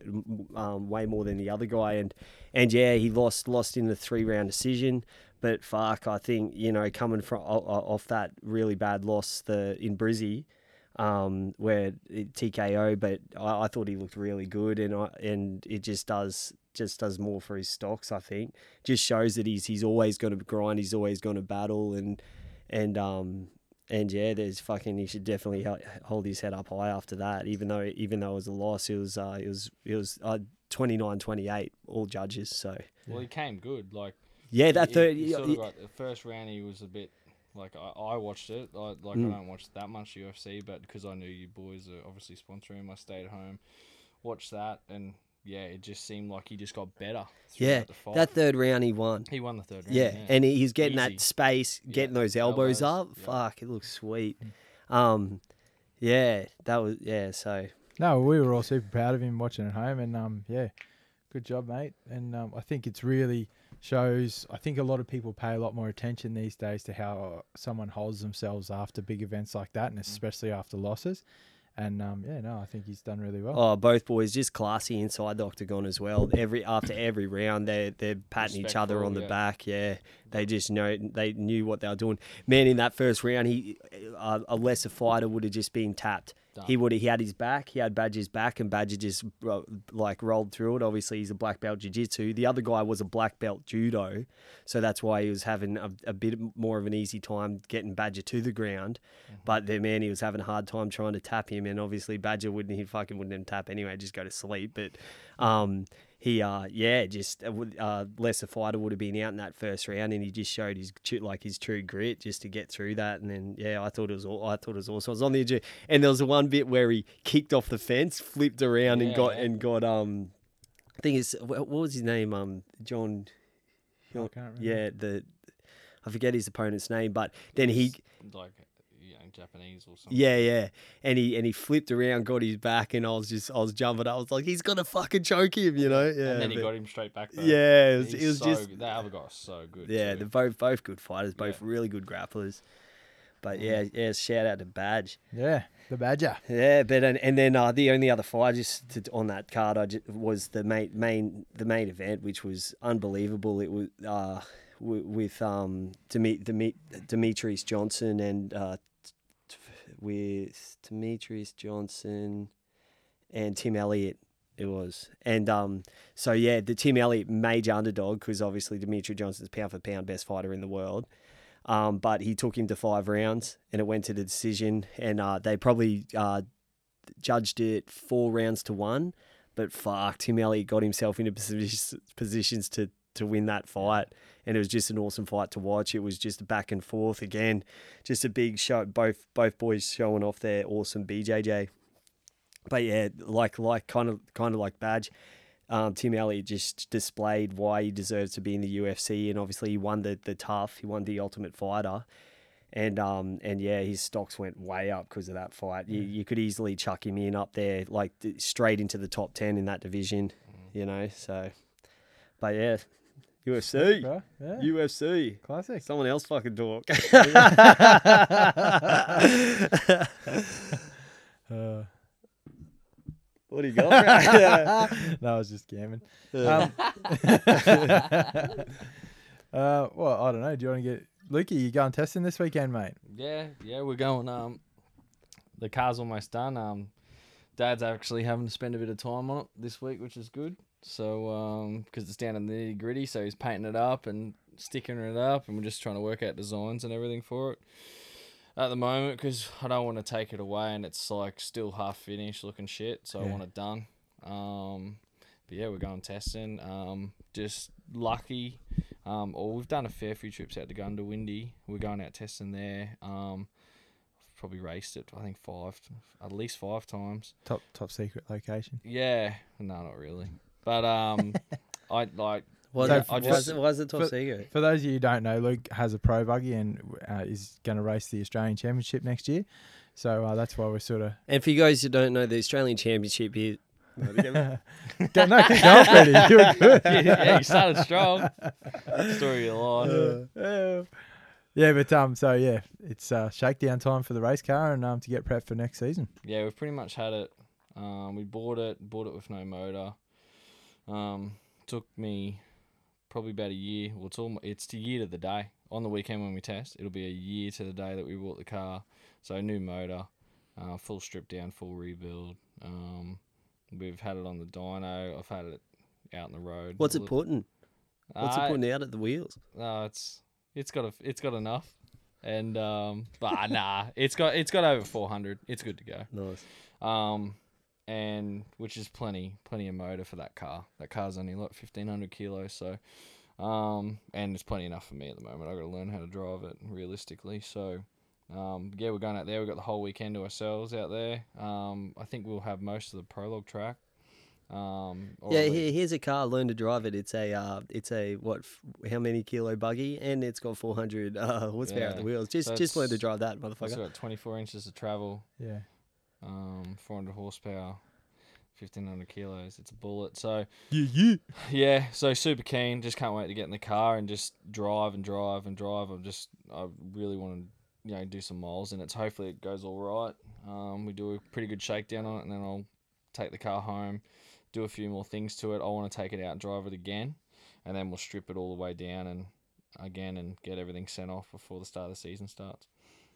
C: um, way more than the other guy, and and yeah, he lost lost in the three round decision. But fuck, I think you know coming from o- o- off that really bad loss the in Brizzy, um, where it TKO. But I, I thought he looked really good, and I, and it just does just does more for his stocks. I think just shows that he's he's always going to grind. He's always going to battle, and and um and yeah, there's fucking. He should definitely hel- hold his head up high after that. Even though, even though it was a loss, it was, uh, it was, it was uh, 29-28, all judges. So
D: Well, he came good. Like
C: yeah, that
D: he-
C: third.
D: he
C: yeah,
D: sort of uh,
C: yeah,
D: got- the first round he was a bit like I, I watched it. I, like
C: Hmm.
D: I don't watch that much UFC, but because I knew you boys are obviously sponsoring, him, I stayed home, watched that, and yeah, it just seemed like he just got better.
C: yeah,
D: throughout the fight.
C: that third round he won.
D: he won the third round.
C: Yeah, and he- he's getting
D: Easy.
C: that space, getting those elbows,
D: elbows,
C: up.
D: yeah. Hmm.
C: Fuck, it looks sweet. Um, yeah, that was yeah. So
B: No, we were all super proud of him watching at home, and um, yeah, good job, mate. And um, I think it's really shows. I think a lot of people pay a lot more attention these days to how uh, someone holds themselves after big events like that, and especially after losses. And um, yeah, no, I think he's done really well.
C: Oh, both boys just classy inside the octagon as well. Every after every round, they they're patting each other
D: Respectful,
C: on the
D: yeah.
C: back. Yeah, they just know they knew what they were doing. Man, in that first round, he uh, a lesser fighter would have just been tapped. He would have, he had his back. He had Badger's back, and Badger just uh, like rolled through it. Obviously, he's a black belt jiu-jitsu. The other guy was a black belt judo, so that's why he was having a, a bit more of an easy time getting Badger to the ground.
D: Mm-hmm.
C: But the man, he was having a hard time trying to tap him, and obviously Badger wouldn't. He fucking wouldn't even tap anyway. Just go to sleep. But um, he, uh, yeah, just uh, would- uh, lesser fighter would have been out in that first round, and he just showed his tru- like his true grit just to get through that. And then yeah, I thought it was all. I thought it was awesome. I was on the edge, of- and there was one bit where he kicked off the fence, flipped around, and
D: Yeah,
C: got
D: yeah.
C: and got um. I think it's wh- what was his name? Um, John.
B: I can't remember.
C: Yeah, the I forget his opponent's name, but then he
D: like you know, Japanese or something.
C: yeah, yeah. And he and he flipped around, got his back, and I was just I was jumping. up. I was like, he's gonna fucking choke him, you know. Yeah,
D: and then he
C: but-
D: got him straight back. Though.
C: yeah, it was,
D: He's
C: it was
D: so
C: just
D: good. that other guy was so good.
C: yeah.
D: too.
C: They're both both good fighters, both
D: Yeah. Mm-hmm.
C: really good grapplers. But yeah, yeah. Shout out to Badge.
B: yeah, the Badger.
C: Yeah, but and, and then uh, the only other fight just to, on that card I ju- was the main main the main event, which was unbelievable. It was uh, w- with um Demi- Demi- Demetrius Johnson and uh, t- t- with Demetrius Johnson and Tim Elliott. It was, and um, so yeah, the Tim Elliott major underdog because obviously Demetrius Johnson's pound for pound best fighter in the world. Um, but he took him to five rounds and it went to the decision. And uh, they probably uh, judged it four rounds to one. But fuck, Tim Elliott got himself into posi- positions to, to win that fight. And it was just an awesome fight to watch. It was just back and forth again. Just a big show. Both, both boys showing off their awesome BJJ. But yeah, like like kind of kind of like badge um, Tim Elliott just displayed why he deserves to be in the UFC, and obviously he won the the tough, he won the Ultimate Fighter, and um and yeah, his stocks went way up because of that fight. You, you could easily chuck him in up there, like th- straight into the top ten in that division, you know. So, but yeah, UFC,
B: Bro. Yeah,
C: UFC.
B: classic.
C: Someone else fucking talk.
B: Uh,
C: what do you got? bro?
B: no, I was just gammon. Um, uh, well, I don't know. Do you want to get Lukey? You going testing this weekend, mate?
D: Yeah, yeah, we're going. Um, the car's almost done. Um, Dad's actually having to spend a bit of time on it this week, which is good. So, um, because it's down in the nitty gritty, so he's painting it up and sticking it up, and we're just trying to work out designs and everything for it at the moment because I don't want to take it away and it's like still half finished looking shit, so I want it done. Um, but yeah, we're going testing. Um, just lucky. Um, or we've done a fair few trips out to Gundawindi. We're going out testing there. Um, probably raced it. I think five, at least five times.
B: Top top secret location.
D: Yeah, no, not really. But um, I like.
C: Was
D: yeah,
C: it-
D: I
C: was
D: just-
C: it- was it top
B: but-
C: secret?
B: For those of you who don't know, Luke has a pro buggy and uh, is going to race the Australian Championship next year. So uh, that's why we're sort of
C: And for you guys who don't know, the Australian Championship is.
B: Don't know. Keep going, Freddie. You're good.
D: yeah, you started strong. Story of your life.
B: Uh, Yeah, but um, so yeah, it's uh, shakedown time for the race car and um to get prepped for next season.
D: Yeah, we've pretty much had it. Um, we bought it, bought it with no motor. Um, took me probably about a year. Well, it's almost, it's a year to the day. On the weekend when we test, it'll be a year to the day that we bought the car. So new motor, uh, full strip down, full rebuild. Um, we've had it on the dyno. I've had it out on the road.
C: What's
D: a
C: it
D: lit-
C: putting? What's
D: Uh,
C: it putting out at the wheels?
D: No, uh, it's it's got a, it's got enough, and um, but nah, it's got it's got over four hundred. It's good to go.
C: Nice.
D: Um, and which is plenty, plenty of motor for that car. That car's only like fifteen hundred kilos, so um, and it's plenty enough for me at the moment. I got to learn how to drive it realistically. So, um, yeah, we're going out there. We've got the whole weekend to ourselves out there. Um, I think we'll have most of the prologue track. Um, or
C: Yeah,
D: at lea-
C: here, here's a car. Learn to drive it. It's a uh, it's a what? f- How many kilo buggy? And it's got 400 uh, horsepower at
D: Yeah.
C: the wheels. Just
D: So
C: just learn to
D: it's-
C: drive that,
D: it's
C: motherfucker.
D: got twenty four inches of travel.
B: Yeah,
D: um, 400 horsepower, 1500 kilos. It's a bullet. So,
B: yeah, yeah.
D: yeah, so super keen. Just can't wait to get in the car and just drive and drive and drive. I'm just, I really want to, you know, do some miles in it. So hopefully it goes all right. Um, we do a pretty good shakedown on it and then I'll take the car home, do a few more things to it. I want to take it out and drive it again and then we'll strip it all the way down and again and get everything sent off before the start of the season starts.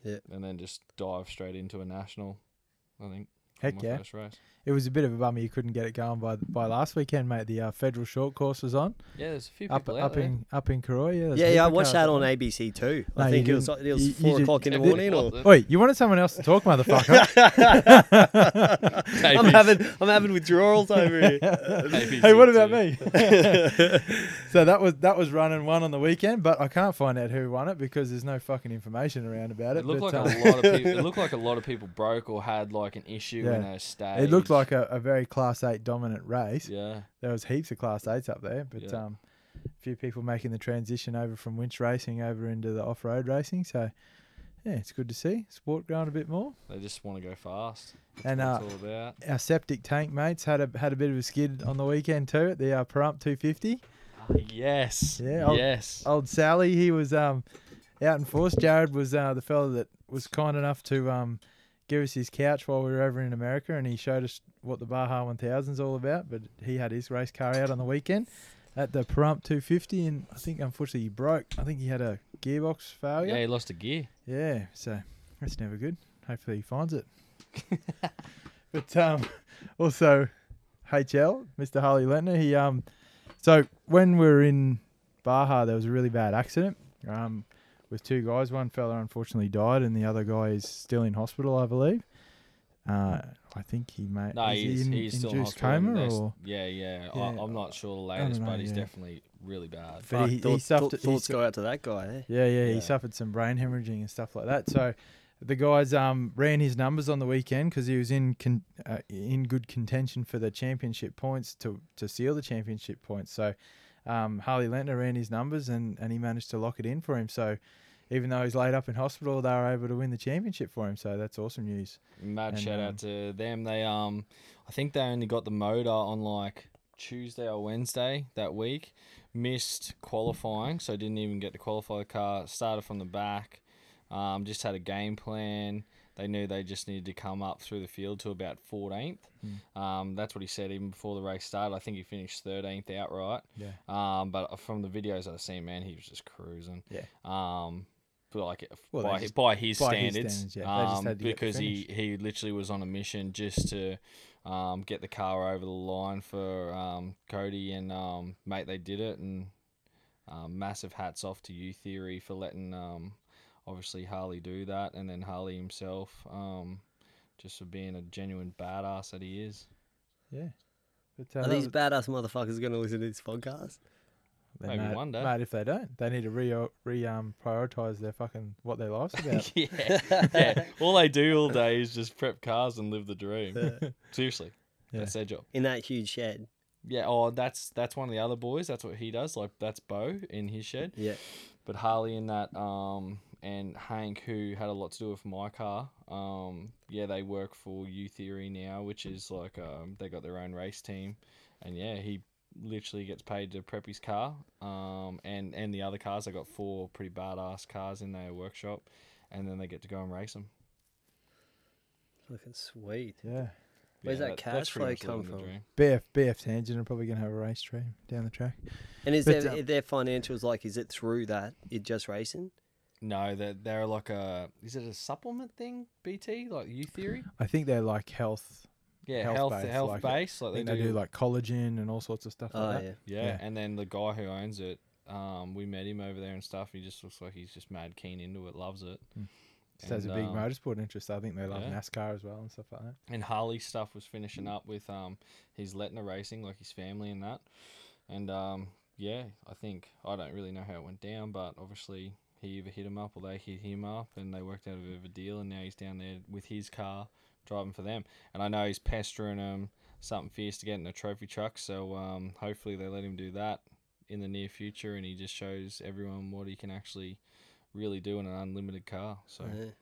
C: Yeah.
D: And then just dive straight into a national, I think. for
B: Heck
D: my
B: yeah.
D: First race.
B: It was a bit of a bummer you couldn't get it going by by last weekend, mate. The uh, federal short course was on
D: Yeah, there's a few
B: up
D: people out
B: up
D: there.
B: in up in Karoi. Yeah, there's
C: Yeah, yeah. I
B: heaps of
C: watched
B: cars
C: that
B: up
C: on
B: there.
C: ABC too.
B: No,
C: I
B: you
C: think it was
B: didn't.
C: it was
B: You- you
C: four
B: did-
C: o'clock in the
D: Yeah,
C: morning.
D: but-
C: Or
B: Wait, you wanted someone else to talk, motherfucker?
C: I'm having I'm having withdrawals over here.
B: uh, hey, what about me? so that was that was running one on the weekend, but I can't find out who won it because there's no fucking information around about it.
D: It looked
B: but,
D: like a
B: um,
D: lot of people. It looked like a lot of people broke or had like an issue
B: Yeah.
D: in their stage.
B: it looked like a, a very class eight dominant race.
D: yeah,
B: There was heaps of class eights up there, but
D: Yeah.
B: um, a few people making the transition over from winch racing over into the off road racing. So yeah, it's good to see sport growing a bit more.
D: they just want to go fast.
B: And uh,
D: That's what it's all about.
B: our septic tank mates had a had a bit of a skid on the weekend too at the uh, Pahrump 250.
D: Ah, yes.
B: Yeah, I'll-
D: yes.
B: old Sally, he was um, out in force. Jared was uh, the fella that was kind enough to um, give us his couch while we were over in America, and he showed us what the Baja 1000 is all about. But he had his race car out on the weekend at the Pahrump 250, and I think unfortunately he broke. I think he had a gearbox
D: yeah,
B: failure.
D: he lost a gear.
B: Yeah, so that's never good. Hopefully he finds it. but um, also, HL, Mr. Harley Lentner, he um, so when we were in Baja, there was a really bad accident um, with two guys. One fella unfortunately died, and the other guy is still in hospital, I believe. Uh, I think he may
D: No,
B: is he
D: he's,
B: in
D: he's still in
B: induced
D: hospital and
B: coma
D: they s-
B: or
D: Yeah, yeah.
B: Yeah.
D: I, I'm not sure the
B: don't
D: latest,
B: know,
D: but he's
B: yeah.
D: definitely really bad.
B: But he- he
C: thought-
B: stuffed
C: thought-
B: it- he
C: Thoughts
B: stu-
C: go out to that guy. Eh?
B: Yeah, yeah,
D: Yeah.
B: he suffered some brain hemorrhaging and stuff like that. So the guys um, ran his numbers on the weekend because he was in con- uh, in good contention for the championship points to to seal the championship points. So um, Harley Lentner ran his numbers and and he managed to lock it in for him. So even though he's laid up in hospital, they were able to win the championship for him. So that's awesome news.
D: Mad
B: And,
D: shout
B: um,
D: out to them. They um, I think they only got the motor on like Tuesday or Wednesday that week. Missed qualifying, so didn't even get to qualify the car. Started from the back. Um, just had a game plan. They knew they just needed to come up through the field to about 14th.
B: Hmm.
D: Um, that's what he said even before the race started. I think he finished 13th outright.
B: Yeah.
D: Um, but from the videos I've seen, man, he was just cruising.
B: Yeah.
D: Um, but like
B: Well, they
D: by,
B: just-
D: by his
B: by his
D: standards,
B: standards, yeah, they just
D: um,
B: had to get the
D: because he he literally was on a mission just to um, get the car over the line for um, Cody and um, mate. They did it, and um, massive hats off to you, Theory, for letting um, obviously Harley do that, and then Harley himself. Um, just for being a genuine badass that he is.
B: Yeah. But, uh,
C: Are
B: that
C: these
B: was-
C: badass motherfuckers going to listen to this podcast?
B: they
D: maybe
B: might-
D: one day.
B: might if they don't, they need to re, re um, prioritize their fucking what their life's about.
D: yeah, yeah. All they do all day is just prep cars and live the dream. Seriously,
B: Yeah.
D: that's their job.
C: In that huge shed.
D: Yeah, oh, that's that's one of the other boys. That's what he does. Like that's Bo in his shed.
C: Yeah.
D: But Harley and that um and Hank, who had a lot to do with my car. Um, yeah, they work for U Theory now, which is like um they got their own race team, and yeah, he literally gets paid to prep his car, um, and and the other cars. They got four pretty badass cars in their workshop, and then they get to go and race them.
C: Fucking sweet.
B: Yeah.
C: Where's that cash flow come from?
B: BF BF Tangent are probably gonna have a race stream down the track.
C: And is
B: But,
C: their,
B: um,
C: their financials like? Is it through that? It just racing?
D: No, they're, they're like a is it a supplement thing? BT like U theory?
B: I think they're like health.
D: Yeah,
B: Health
D: health health,
B: based, like it.
D: base.
B: I
D: Like Oh, they
B: think
D: do,
B: they do like collagen and all sorts of stuff
C: Oh
B: like that.
C: yeah.
D: yeah,
B: yeah.
D: And then the guy who owns it, um, we met him over there and stuff. He just looks like he's just mad keen into it, loves it.
B: Just has a
D: And,
B: big
D: um,
B: motorsport interest. I think they love
D: yeah.
B: NASCAR as well and stuff like that.
D: and Harley stuff was finishing up with um his Letna racing, like his family and that. And um yeah, I think I don't really know how it went down, but obviously he either hit him up or they hit him up, and they worked out a bit of a deal, and now he's down there with his car driving for them. And I know he's pestering them something fierce to get in a trophy truck, so um hopefully they let him do that in the near future, and he just shows everyone what he can actually really do in an unlimited car. So it'd
C: Yeah.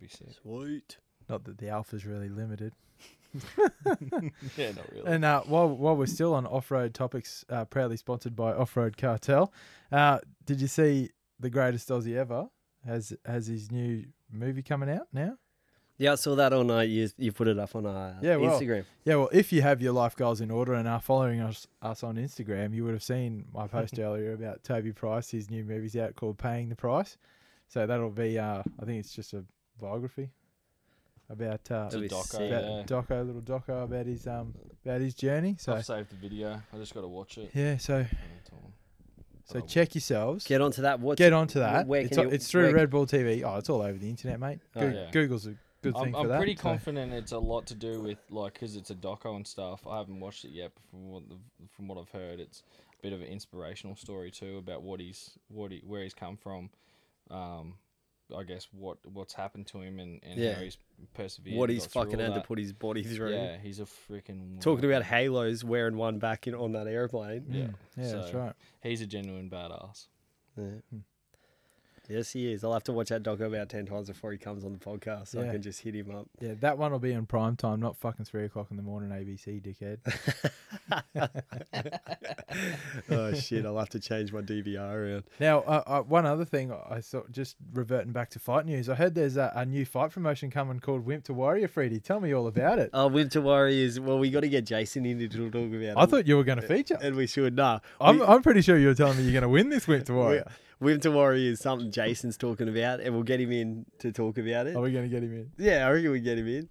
D: be sick.
C: Sweet.
B: Not that the alpha's really limited.
D: Yeah, not really.
B: And uh, while while we're still on off road topics, uh, proudly sponsored by Off Road Cartel. Uh, did you see the greatest Aussie ever has has his new movie coming out now?
C: Yeah, I saw that on uh, you. You put it up on uh,
B: Yeah, well,
C: Instagram.
B: Yeah, well, if you have your life goals in order and are following us, us on Instagram, you would have seen my post earlier about Toby Price. His new movie's out called Paying the Price. So that'll be, uh, I think it's just a biography about uh,
D: It's a
C: That'd be
D: doco,
C: sick.
B: about
D: yeah.
B: Doco, little Doco about his um about his journey. So
D: I've saved the video. I just got to watch it.
B: yeah, so
D: Yeah, it's all-
B: so
D: but I
B: check yourselves.
C: Get onto that. What?
B: Get onto that.
C: where
B: it's,
C: can you-
B: it's through
C: where-
B: Red Bull TV. Oh, it's all over the internet, mate.
C: Oh,
B: Goo-
D: yeah.
B: Google's a good
D: I'm,
B: thing for
D: I'm
B: that.
D: pretty
B: so-
D: confident it's a lot to do with like because it's a doco and stuff. I haven't watched it yet, but from what the, from what I've heard, it's a bit of an inspirational story too about what he's what he, where he's come from. Um, I guess what what's happened to him and, and
C: Yeah.
D: how he's persevered.
C: What
D: and
C: he's
D: got through
C: fucking
D: all
C: had to
D: that.
C: put his body through.
D: Yeah, he's a freaking
C: Talking about halos, wearing one back in on that airplane.
D: yeah.
B: Yeah, that's
D: So-
B: right.
D: He's a genuine badass.
C: Yeah. Yes, he is. I'll have to watch that doco about ten times before he comes on the podcast, so
B: Yeah.
C: I can just hit him up.
B: Yeah, that one will be in prime time, not fucking three o'clock in the morning, ABC, dickhead.
C: oh shit! I'll have to change my DVR around.
B: Now, uh, uh, one other thing I thought, just reverting back to fight news, I heard there's a, a new fight promotion coming called Wimp to Warrior, Freddie. Tell me all about it.
C: Oh, Winter Warriors. Well, we got to get Jason in to talk about it.
B: I thought you were going to feature.
C: and we should. Nah,
B: I'm,
C: we-
B: I'm pretty sure you were telling me you're going to win this Wimp to Warrior.
C: we- Winter Warrior is something Jason's talking about, and we'll get him in to talk about it.
B: Are we going to get him in?
C: Yeah, I reckon we get him in.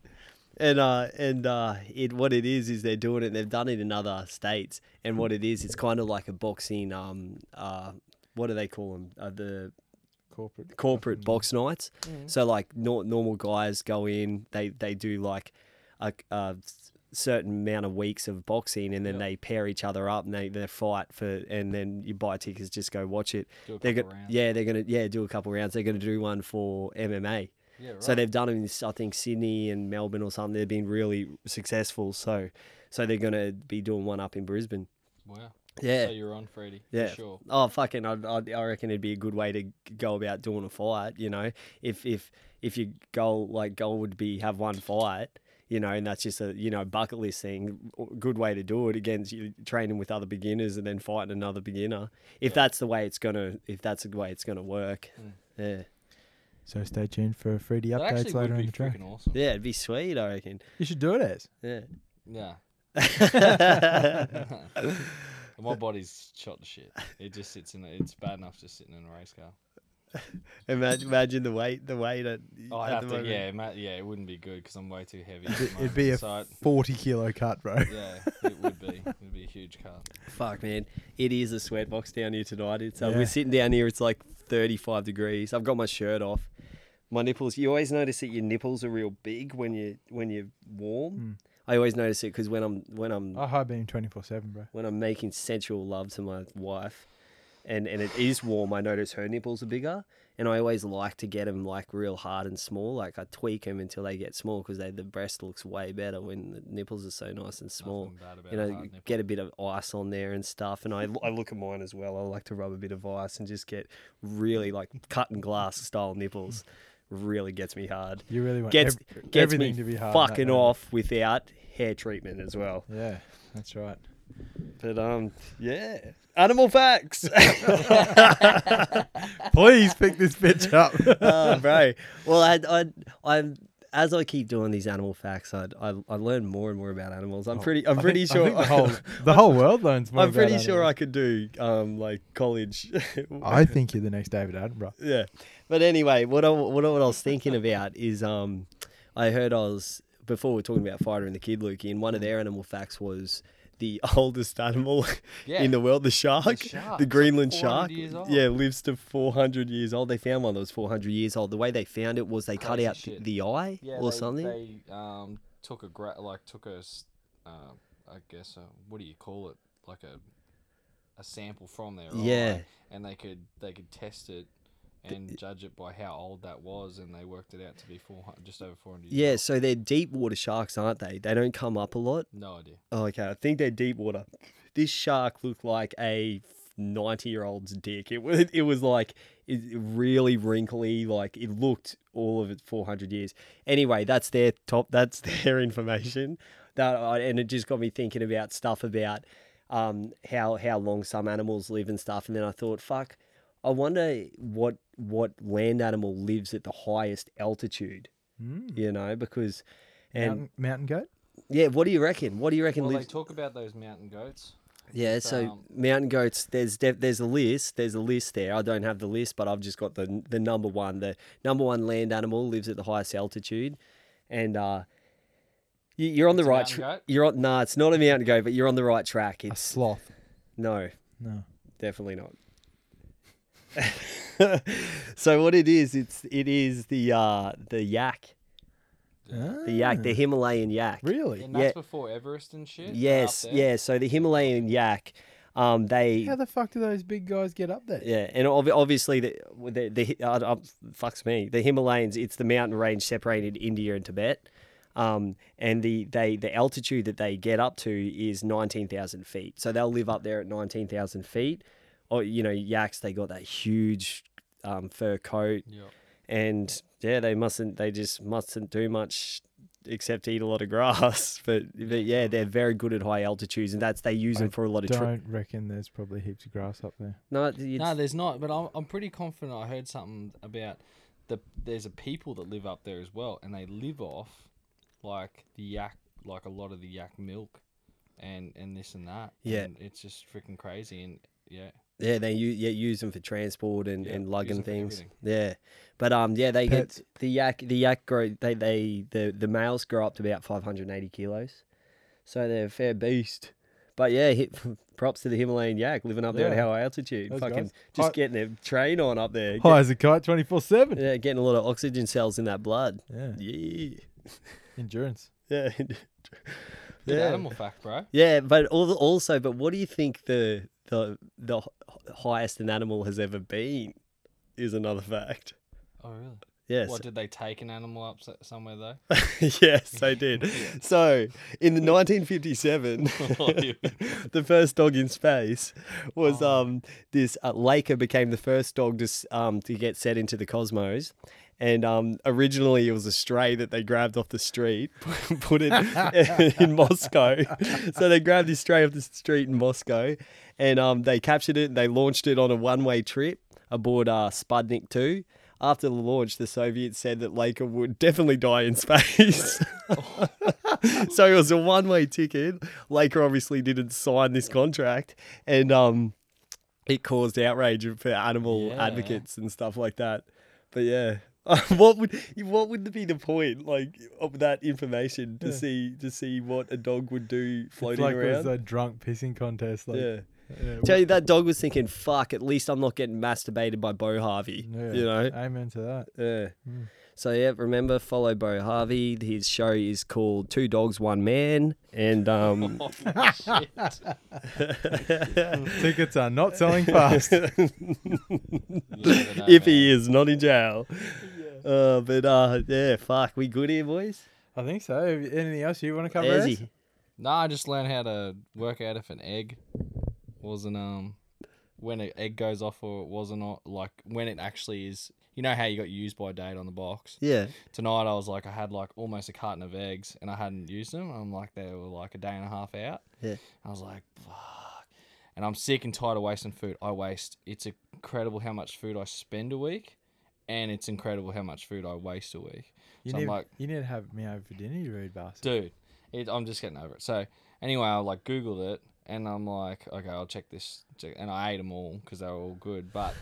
C: And uh, and uh, it what it is is they're doing it. They've done it in other states, and what it is, it's kind of like a boxing. Um, uh, what do they call them? Uh, the
B: Corporate.
C: corporate box nights.
D: Mm.
C: So like nor normal guys go in, they they do like a, a s- certain amount of weeks of boxing, and then they pair each other up and they, they fight for, and then you buy tickets, just go watch it.
D: Do a
C: They're
D: couple
C: go-
D: rounds.
C: yeah, they're gonna yeah do a couple rounds. They're gonna do one for MMA.
D: Yeah, right.
C: So they've done it in I think Sydney and Melbourne or something. They've been really successful. So so they're gonna be doing one up in Brisbane.
D: wow.
C: Yeah.
D: So you're on, Freddie.
C: Yeah.
D: For sure.
C: Oh fucking! I, I, I reckon it'd be a good way to g- go about doing a fight. You know, if if if your goal like goal would be have one fight, you know, and that's just a you know bucket list thing. o- Good way to do it against you training with other beginners and then fighting another beginner. If that's the way it's gonna, if that's the way it's gonna work,
D: Mm.
C: yeah,
B: So stay tuned for Freddie
D: That
B: updates
D: actually
B: later
D: would
B: on
D: be
B: the track.
D: freaking awesome.
C: yeah, it'd be sweet. I reckon.
B: You should do it as.
C: Yeah.
D: Yeah. My body's shot to shit. It just sits in. A, it's bad enough just sitting in a race car.
C: Imagine, imagine the weight, the weight at,
D: Oh,
C: at
D: I have
C: the
D: to.
C: moment.
D: Yeah, ma- yeah. It wouldn't be good because I'm way too heavy. at the
B: It'd be a
D: moment, so it-
B: 40 kilo cut, bro.
D: yeah, it would be. It'd be a huge car.
C: Fuck, man. It is a sweat box down here tonight. It's, uh,
B: Yeah.
C: We're sitting down here. It's like 35 degrees. I've got my shirt off. My nipples. You always notice that your nipples are real big when you when you're warm. I always notice it because when I'm when I'm
B: I high beam 24 7, bro.
C: when I'm making sensual love to my wife, and and it is warm, I notice her nipples are bigger. And I always like to get them like real hard and small. Like I tweak them until they get small because the breast looks way better when the nipples are so nice and small
D: Nothing bad about
C: you know,
D: hard nipple.
C: get a bit of ice on there and stuff. And I, I look at mine as well. I like to rub a bit of ice and just get really like cut and glass style nipples. Really gets me hard.
B: You really want
C: Gets
B: ev-
C: gets
B: everything
C: me
B: to be hard. in that
C: fucking
B: moment.
C: off without hair treatment as well.
B: Yeah, that's right.
C: But um, yeah, animal facts.
B: Please pick this bitch up.
C: oh, bro. Well, I, I, I'm as I keep doing these animal facts, I, I, I learn more and more about animals. I'm pretty, I'm
B: Oh, I
C: pretty
B: think- I
C: sure.
B: think the whole the whole world learns more.
C: I'm
B: about
C: pretty sure
B: animals.
C: I could do um like college.
B: I think you're the next David Attenborough.
C: yeah. But anyway, what I, what I, what I was thinking about is um, I heard I was before we were talking about fighter and the kid Lukey, and one of their animal facts was the oldest animal
D: Yeah.
C: in the world, the shark, the,
D: shark.
C: Greenland
D: It's like 400
C: shark.
D: years old.
C: Yeah, lives to 400 years old. They found one that was 400 years old. The way they found it was they cut
D: Crazy
C: out th-
D: shit.
C: the eye
D: Yeah,
C: or
D: they,
C: something.
D: They um, took a gra- like took a, s- uh, I guess uh what do you call it? Like a a sample from their eye,
C: Yeah.
D: and they could they could test it and judge it by how old that was, and they worked it out to be four hundred, just over four hundred.
C: yeah, so they're deep water sharks, aren't they? They don't come up a lot.
D: no idea.
C: Oh, okay. I think they're deep water. This shark looked like a ninety-year-old's dick. It was. It was like it really wrinkly. Like it looked all of it four hundred years. Anyway, that's their top. That's their information. That I- and it just got me thinking about stuff about um, how how long some animals live and stuff. And then I thought, fuck, I wonder what what land animal lives at the highest altitude. You know, because and
B: Mountain, mountain goat.
C: yeah, what do you reckon? What do you reckon
D: Well, they
C: lives?
D: talk about those mountain goats.
C: Yeah, so
D: um,
C: mountain goats. There's def- there's a list. There's a list there. I don't have the list, but I've just got the the number one. The number one land animal lives at the highest altitude, and uh, you, you're on
D: It's
C: the
D: a
C: right.
D: mountain
C: Tra-
D: goat?
C: you're on. Nah, it's not a mountain goat, but you're on the right track.
B: A
C: It's
B: sloth.
C: no,
B: No.
C: definitely not. so what it is, it's it is the uh, the yak, the yak, the Himalayan yak.
B: Ah. Really?
D: And that's
C: Yeah.
D: before Everest and shit. they're up
C: Yes,
D: there.
C: yeah. So the Himalayan yak, um, they
B: How the fuck do those big guys get up there?
C: Yeah, and ob- obviously the the, the uh, uh, fucks me the Himalayas. It's the mountain range separated India and Tibet, um, and the they the altitude that they get up to is nineteen thousand feet. So they'll live up there at nineteen thousand feet. Or you know, yaks they got that huge um, fur coat,
D: Yep.
C: and yeah, they mustn't they just mustn't do much except eat a lot of grass. But, but yeah, they're very good at high altitudes, and that's they use them for a lot of. Tri-
B: Don't reckon there's probably heaps of grass up there.
C: no, it's-
D: No, there's not. But I'm, I'm pretty confident. I heard something about the there's a people that live up there as well, and they live off like the yak, like a lot of the yak milk, and and this and that.
C: Yeah.
D: and it's just freaking crazy. And yeah,
C: Yeah, they use yeah use them for transport and,
D: Yeah,
C: and
D: use
C: lugging
D: them for
C: things.
D: everything.
C: Yeah, but um yeah they
B: Pets.
C: get the yak the yak grow they they the the males grow up to about five hundred and eighty kilos, so they're a fair beast. But yeah, hi props to the Himalayan yak living up there at
B: Yeah.
C: high altitude.
B: Those
C: Fucking
B: guys.
C: just
B: Hi-
C: getting their train on up there.
B: High as a kite, twenty four
C: Get-
B: seven.
C: yeah, getting a lot of oxygen cells in that blood.
B: Yeah.
C: Yeah,
B: Endurance.
C: yeah,
D: good
C: Yeah.
D: animal fact, bro.
C: yeah. But al- also, but what do you think the the the h- highest an animal has ever been? Is another fact.
D: Oh really?
C: Yes.
D: What did they take an animal up s- somewhere though?
C: yes, they did. So, in the 1957, the first dog in space was um, this uh, Laker became the first dog to s- um, to get set into the cosmos. And um, originally, it was a stray that they grabbed off the street, put it in Moscow. So they grabbed this stray off the street in Moscow, and um, they captured it. And they launched it on a one-way trip aboard uh, Sputnik 2. After the launch, the Soviets said that Laker would definitely die in space. so it was a one-way ticket. Laker obviously didn't sign this contract, and um, it caused outrage for animal
D: Yeah.
C: advocates and stuff like that. But yeah, what would what would be the point like of that information to
B: Yeah.
C: see to see what a dog would do
B: It's
C: floating
B: like it was
C: around?
B: a drunk pissing contest. Like,
C: yeah.
B: yeah,
C: Tell you that dog was thinking, "Fuck! At least I'm not getting masturbated by Bo Harvey."
B: yeah,
C: You know,
B: Amen to that.
C: yeah. So yeah, remember follow Bo Harvey. His show is called Two Dogs One Man, and um,
B: Tickets are not selling fast.
C: if he is not in jail. Uh, but uh, yeah, fuck, we good here, boys.
B: I think so. Anything else you want to cover? Ez?
C: Ezzy.
D: No, I just learned how to work out if an egg wasn't um when an egg goes off or it wasn't or, like when it actually is You know how you got used by date on the box.
C: Yeah.
D: Tonight I was like I had like almost a carton of eggs and I hadn't used them. I'm like they were like a day and a half out.
C: Yeah.
D: I was like, fuck. And I'm sick and tired of wasting food. I waste. It's incredible how much food I spend a week, and it's incredible how much food I waste a week.
B: You
D: so
B: need
D: I'm like,
B: you need to have me over for dinner, you rude bastard.
D: dude, it, I'm just getting over it. So anyway, I like Googled it, and I'm like, okay, I'll check this, check, and I ate them all because they were all good. But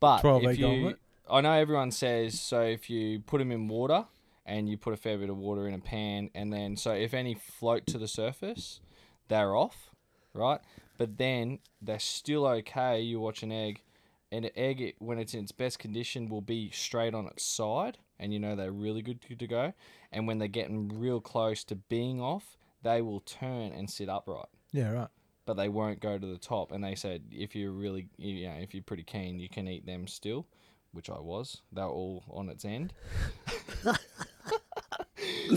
D: but
B: 12
D: if
B: egg
D: you,
B: omelette?
D: I know everyone says so if you put them in water and you put a fair bit of water in a pan, and then so if any float to the surface, they're off, right? But then they're still okay. You watch an egg. And an egg, it- when it's in its best condition, will be straight on its side, and you know they're really good to go. And when they're getting real close to being off, they will turn and sit upright,
B: Yeah, right.
D: but they won't go to the top. And they said, if you're really, you know, if you're pretty keen, you can eat them still, which I was. They were all on its end.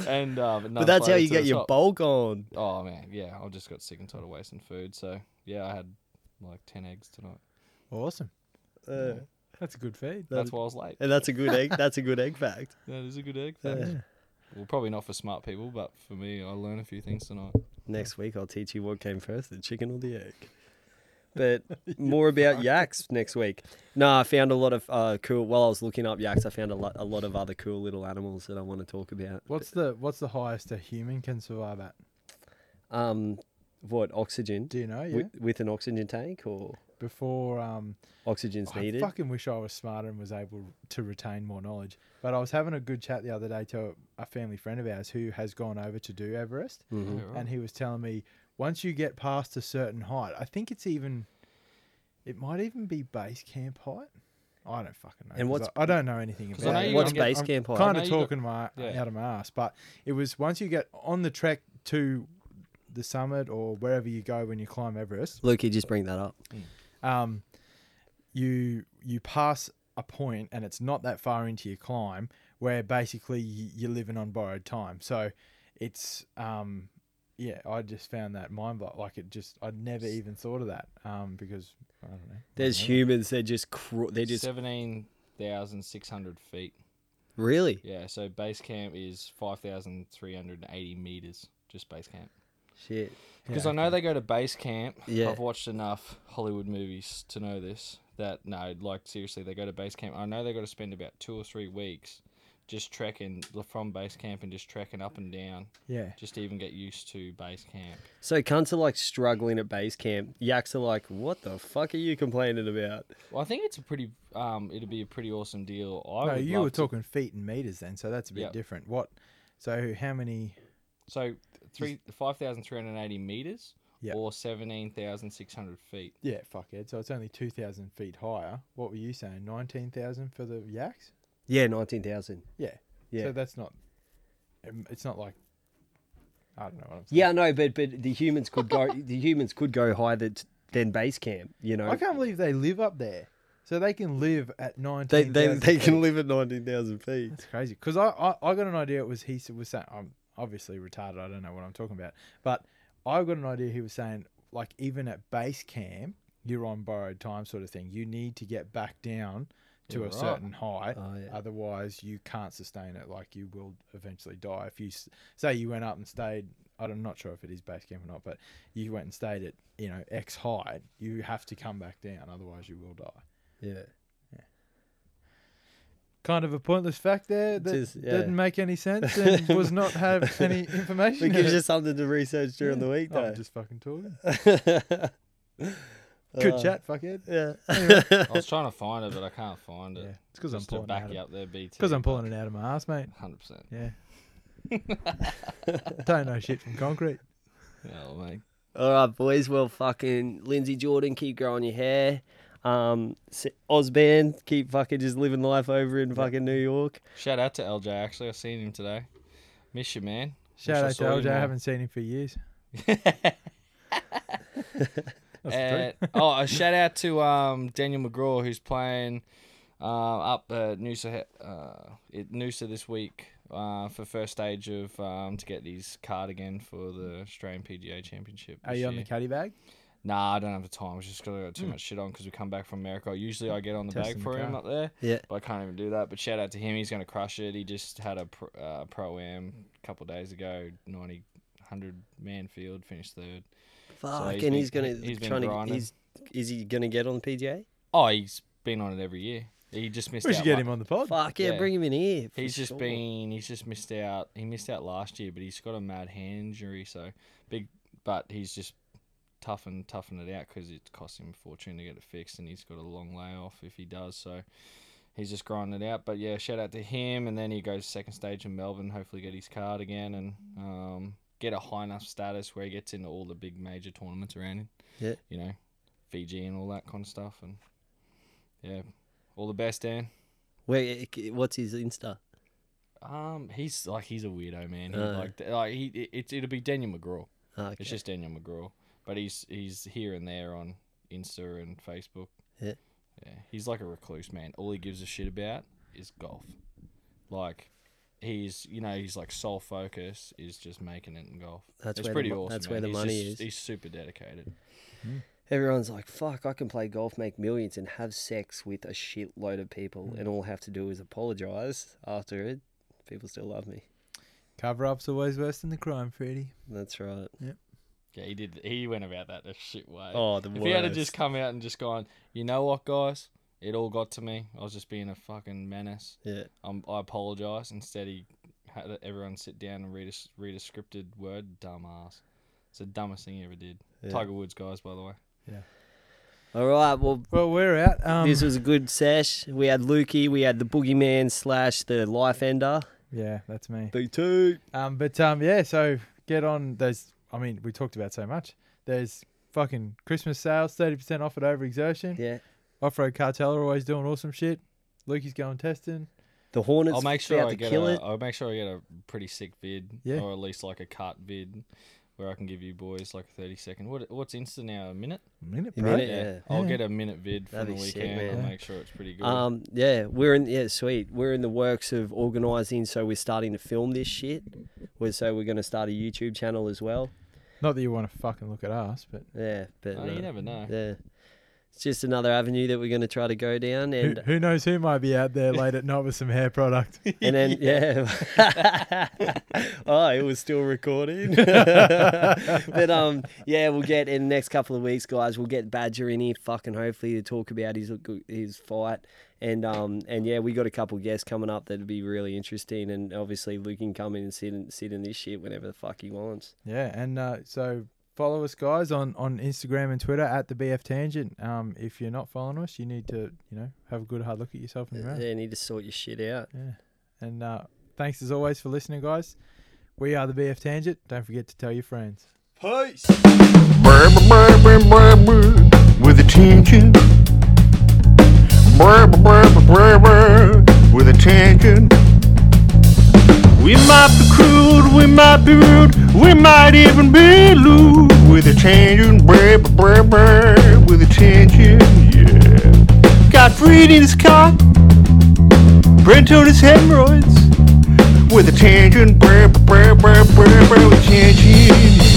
D: and uh, but,
C: But that's how you get your bulk on.
D: Oh man, yeah, I just got sick and tired of wasting food. So yeah, I had like ten eggs tonight.
B: Awesome.
C: Uh,
B: That's a good feed.
D: That's why I was late.
C: and that's a good egg. That's a good egg fact.
D: That is a good egg. Thanks. Well, probably not for smart people, but for me, I learned a few things tonight.
C: Next week I'll teach you what came first, the chicken or the egg. But more about yaks next week. No, I found a lot of uh, cool. While I was looking up yaks, I found a lot, a lot of other cool little animals that I want to talk about.
B: What's the what's the highest a human can survive at?
C: Um, what oxygen?
B: Do you know? Yeah.
C: Wi- With, an oxygen tank or
B: Before um,
C: oxygen's
B: I
C: needed?
B: fucking wish I was smarter and was able to retain more knowledge. But I was having a good chat the other day to a family friend of ours who has gone over to do Everest,
C: Hmm. Mm-hmm.
D: Yeah, right.
B: and he was telling me once you get past a certain height, I think it's even, it might even be base camp height. I don't fucking know.
C: And
B: 'cause
C: what's-
B: I, I don't know anything about
D: I know
B: it.
D: you
C: What's
D: gotta get-
C: base
B: I'm
C: camp height?
B: Kind
D: I
B: of
D: know you got-
B: talking my
D: yeah.
B: out of my ass, but it was once you get on the trek to the summit or wherever you go when you climb Everest,
C: Luke, you just bring that up.
B: um, you you pass a point and it's not that far into your climb where basically y- you're living on borrowed time. So it's um, yeah, I just found that mind blowing. Like it just I'd never even thought of that um, because I don't know.
C: There's humans. They're just. Cr- they're just
D: seventeen thousand six hundred feet.
C: really.
D: Yeah, so base camp is five thousand three hundred and eighty meters. Just base camp.
C: Shit.
D: Because I know they go to base camp.
C: Yeah.
D: I've watched enough Hollywood movies to know this. That no, like seriously, they go to base camp. I know they got to spend about two or three weeks just trekking from base camp and just trekking up and down,
B: Yeah,
D: just to even get used to base camp.
C: So cunts are like struggling at base camp. Yaks are like, what the fuck are you complaining about?
D: Well, I think it's a pretty, um, it'd be a pretty awesome deal. I
B: no,
D: would
B: you were
D: love to-
B: talking feet and meters then, so that's a bit
D: Yep.
B: different. What? So how many?
D: So three five thousand three hundred eighty meters
B: Yeah.
D: or seventeen thousand six hundred feet.
B: Yeah, fuck it. So it's only two thousand feet higher. What were you saying? Nineteen thousand for the yaks?
C: Yeah, 19,000.
B: Yeah.
C: Yeah.
B: So that's not. um, It's not like. I don't know what I'm saying.
C: Yeah, no, but but the humans could go the humans could go higher than, than base camp, you know.
B: I can't believe they live up there, so they can live at nineteen.
C: They, they, they can live at 19,000 feet.
B: That's crazy. Because I, I I got an idea. It was he said- was saying I'm obviously retarded. I don't know what I'm talking about, but I got an idea. He was saying like even at base camp, you're on borrowed time, sort of thing. You need to get back down to
D: You're
B: a
D: right.
B: certain height,
C: Oh, yeah.
B: otherwise you can't sustain it. Like you will eventually die if you s- say you went up and stayed. I'm not sure if it is base camp or not, but you went and stayed at you know X height. You have to come back down, otherwise you will die
C: Yeah.
B: kind of a pointless fact there that
C: Just- yeah.
B: didn't make any sense and was not have any information.
C: We
B: in
C: gives
B: it.
C: you something to research during the week,
B: Oh,
C: though. Uh,
B: I'm just fucking talking. Good chat, fuckhead.
C: yeah.
D: I was trying to find it, but I can't find
B: Yeah,
D: it.
B: it's because I'm
D: Just to
B: pulling it
D: back
B: out.
D: you
B: Of,
D: up there, BT.
B: because I'm pulling it out of my ass, mate.
D: Hundred percent.
B: Yeah. Don't know shit from concrete.
D: Oh mate.
C: All right, boys. Well, fucking Lindsay Jordan, keep growing your hair. Um, S- Ozban, keep fucking just living life over in fucking New York.
D: Shout out to LJ. Actually, I seen him today. Miss you, man.
B: Shout
D: I
B: out to
D: saw you
B: LJ. I
D: more.
B: haven't seen him for years.
D: And, oh, a shout out to um, Daniel McGraw who's playing uh, up at Noosa uh, at Noosa this week uh, for first stage of um, to get his card again for the Australian PGA Championship.
B: Are
D: this
B: you on the Hmm.
D: year.
B: caddy bag?
D: nah, I don't have the time. It's just because I got too much shit on because we come back from America. Usually I get on the
B: Testing the
D: bag for him
B: car.
D: up there,
C: Yeah.
D: but I can't even do that. But shout out to him. He's going to crush it. He just had a pro, uh, pro am a couple days ago, 90, 100 man field, finished third.
C: Fuck,
D: he's
C: and
D: been-
C: he's gonna
D: he's been
C: trying to
D: grinding.
C: he's is he gonna get on PGA?
D: Oh, he's been on it every year. He just missed
B: We
D: out.
B: should get
D: one-
B: him on the pod.
C: Fuck yeah,
D: Yeah.
C: bring him in here. for
D: He's just
C: sure.
D: been he's just missed out. He missed out last year, but he's got a mad hand injury, so big. But he's just toughing toughing it out because it costs him a fortune to get it fixed, and he's got a long layoff if he does. So he's just grinding it out. But yeah, shout out to him, and then he goes second stage in Melbourne. Hopefully, get his card again and um, get a high enough status where he gets into all the big major tournaments around him.
C: Yeah.
D: you know, Fiji and all that kind of stuff, and yeah, all the best, Dan.
C: Where what's his Insta?
D: Um, he's like he's a weirdo man. He,
C: Oh.
D: like th- like he it, it's it'll be Daniel McGraw.
C: Oh, okay.
D: It's just Daniel McGraw, but he's he's here and there on Insta and Facebook.
C: Yeah.
D: yeah. He's like a recluse man. All he gives a shit about is golf. Like he's you know he's like sole focus is just making it in golf.
C: That's
D: it's
C: where the
D: pretty
C: mo-
D: awesome.
C: that's
D: man.
C: where the
D: He's
C: money
D: just-
C: is.
D: He's super dedicated.
C: Everyone's like, fuck, I can play golf, make millions, and have sex with a shitload of
D: Hmm.
C: people, and all I have to do is apologize after it. People still love me.
B: Cover up's always worse than the crime, Freddie.
C: That's right.
D: Yeah, he did. He went about that a shit way.
C: Oh, the
D: If he had to just come out and just gone, you know what, guys, it all got to me. I was just being a fucking menace.
C: Yeah.
D: Um, I apologise. Instead, he had everyone sit down and read a, s- read a scripted word. Dumbass. It's the dumbest thing he ever did. Tiger Woods, guys, by the way.
C: All right. Well,
B: Well, we're out. Um,
C: this was a good sesh. We had Lukey. We had the boogeyman slash the life ender.
B: yeah, that's me.
C: The two.
B: Um, but um, yeah, so get on. There's, I mean, we talked about so much. There's fucking Christmas sales, thirty percent off at Overexertion.
C: Yeah.
B: Off Road Cartel are always doing awesome shit. Lukey's going testing.
C: The Hornets.
D: I'll make sure
C: about
D: I
C: to
D: get
C: kill
D: a,
C: it.
D: will make sure I get a pretty sick vid,
B: Yeah.
D: or at least like a cut vid, where I can give you boys like a thirty second. What what's Insta now? A minute?
B: Minute,
C: You
B: bro.
C: mean it? Yeah.
D: I'll get a minute vid from
C: That'd
D: the
C: be sick,
D: weekend.
C: man.
D: I'll
B: Yeah.
D: make sure it's pretty good.
C: Um, yeah, we're in. Yeah, sweet. We're in the works of organising, so we're starting to film this shit. We're so we're going to start a YouTube channel as well.
B: Not that you want to fucking look at us, but
C: Yeah, but
D: Oh,
C: no.
D: you never know.
C: yeah, it's just another avenue that we're going to try to go down,
B: who,
C: and
B: who knows who might be out there late at night with some hair product.
C: and then yeah. oh, it was still recording. but um, yeah, we'll get in the next couple of weeks, guys. We'll get Badger in here, fucking hopefully to talk about his his fight, and um, and yeah, we got a couple guests coming up that'd be really interesting, and obviously Luke can come in and sit and sit in this shit whenever the fuck he wants.
B: Yeah, and uh, so follow us guys on, on Instagram and Twitter at the BF Tangent. Um, if you're not following us, you need to you know have a good hard look at yourself in the mirror.
C: Yeah, need to sort your shit out.
B: And uh, thanks as always for listening, guys. We are the BF Tangent. Don't forget to tell your friends.
A: Brr, brr, brr, brr, brr, brr, with attention. Brr, brr, brr, brr, brr, brr, with attention. We might be crude, we might be rude, we might even be lewd with attention. Brr, brr, brr, brr, with attention. Yeah. Got Fred in his cock, Brent on his hemorrhoids with attention. Brr, brr, brr, brr, brr, with attention. Yeah.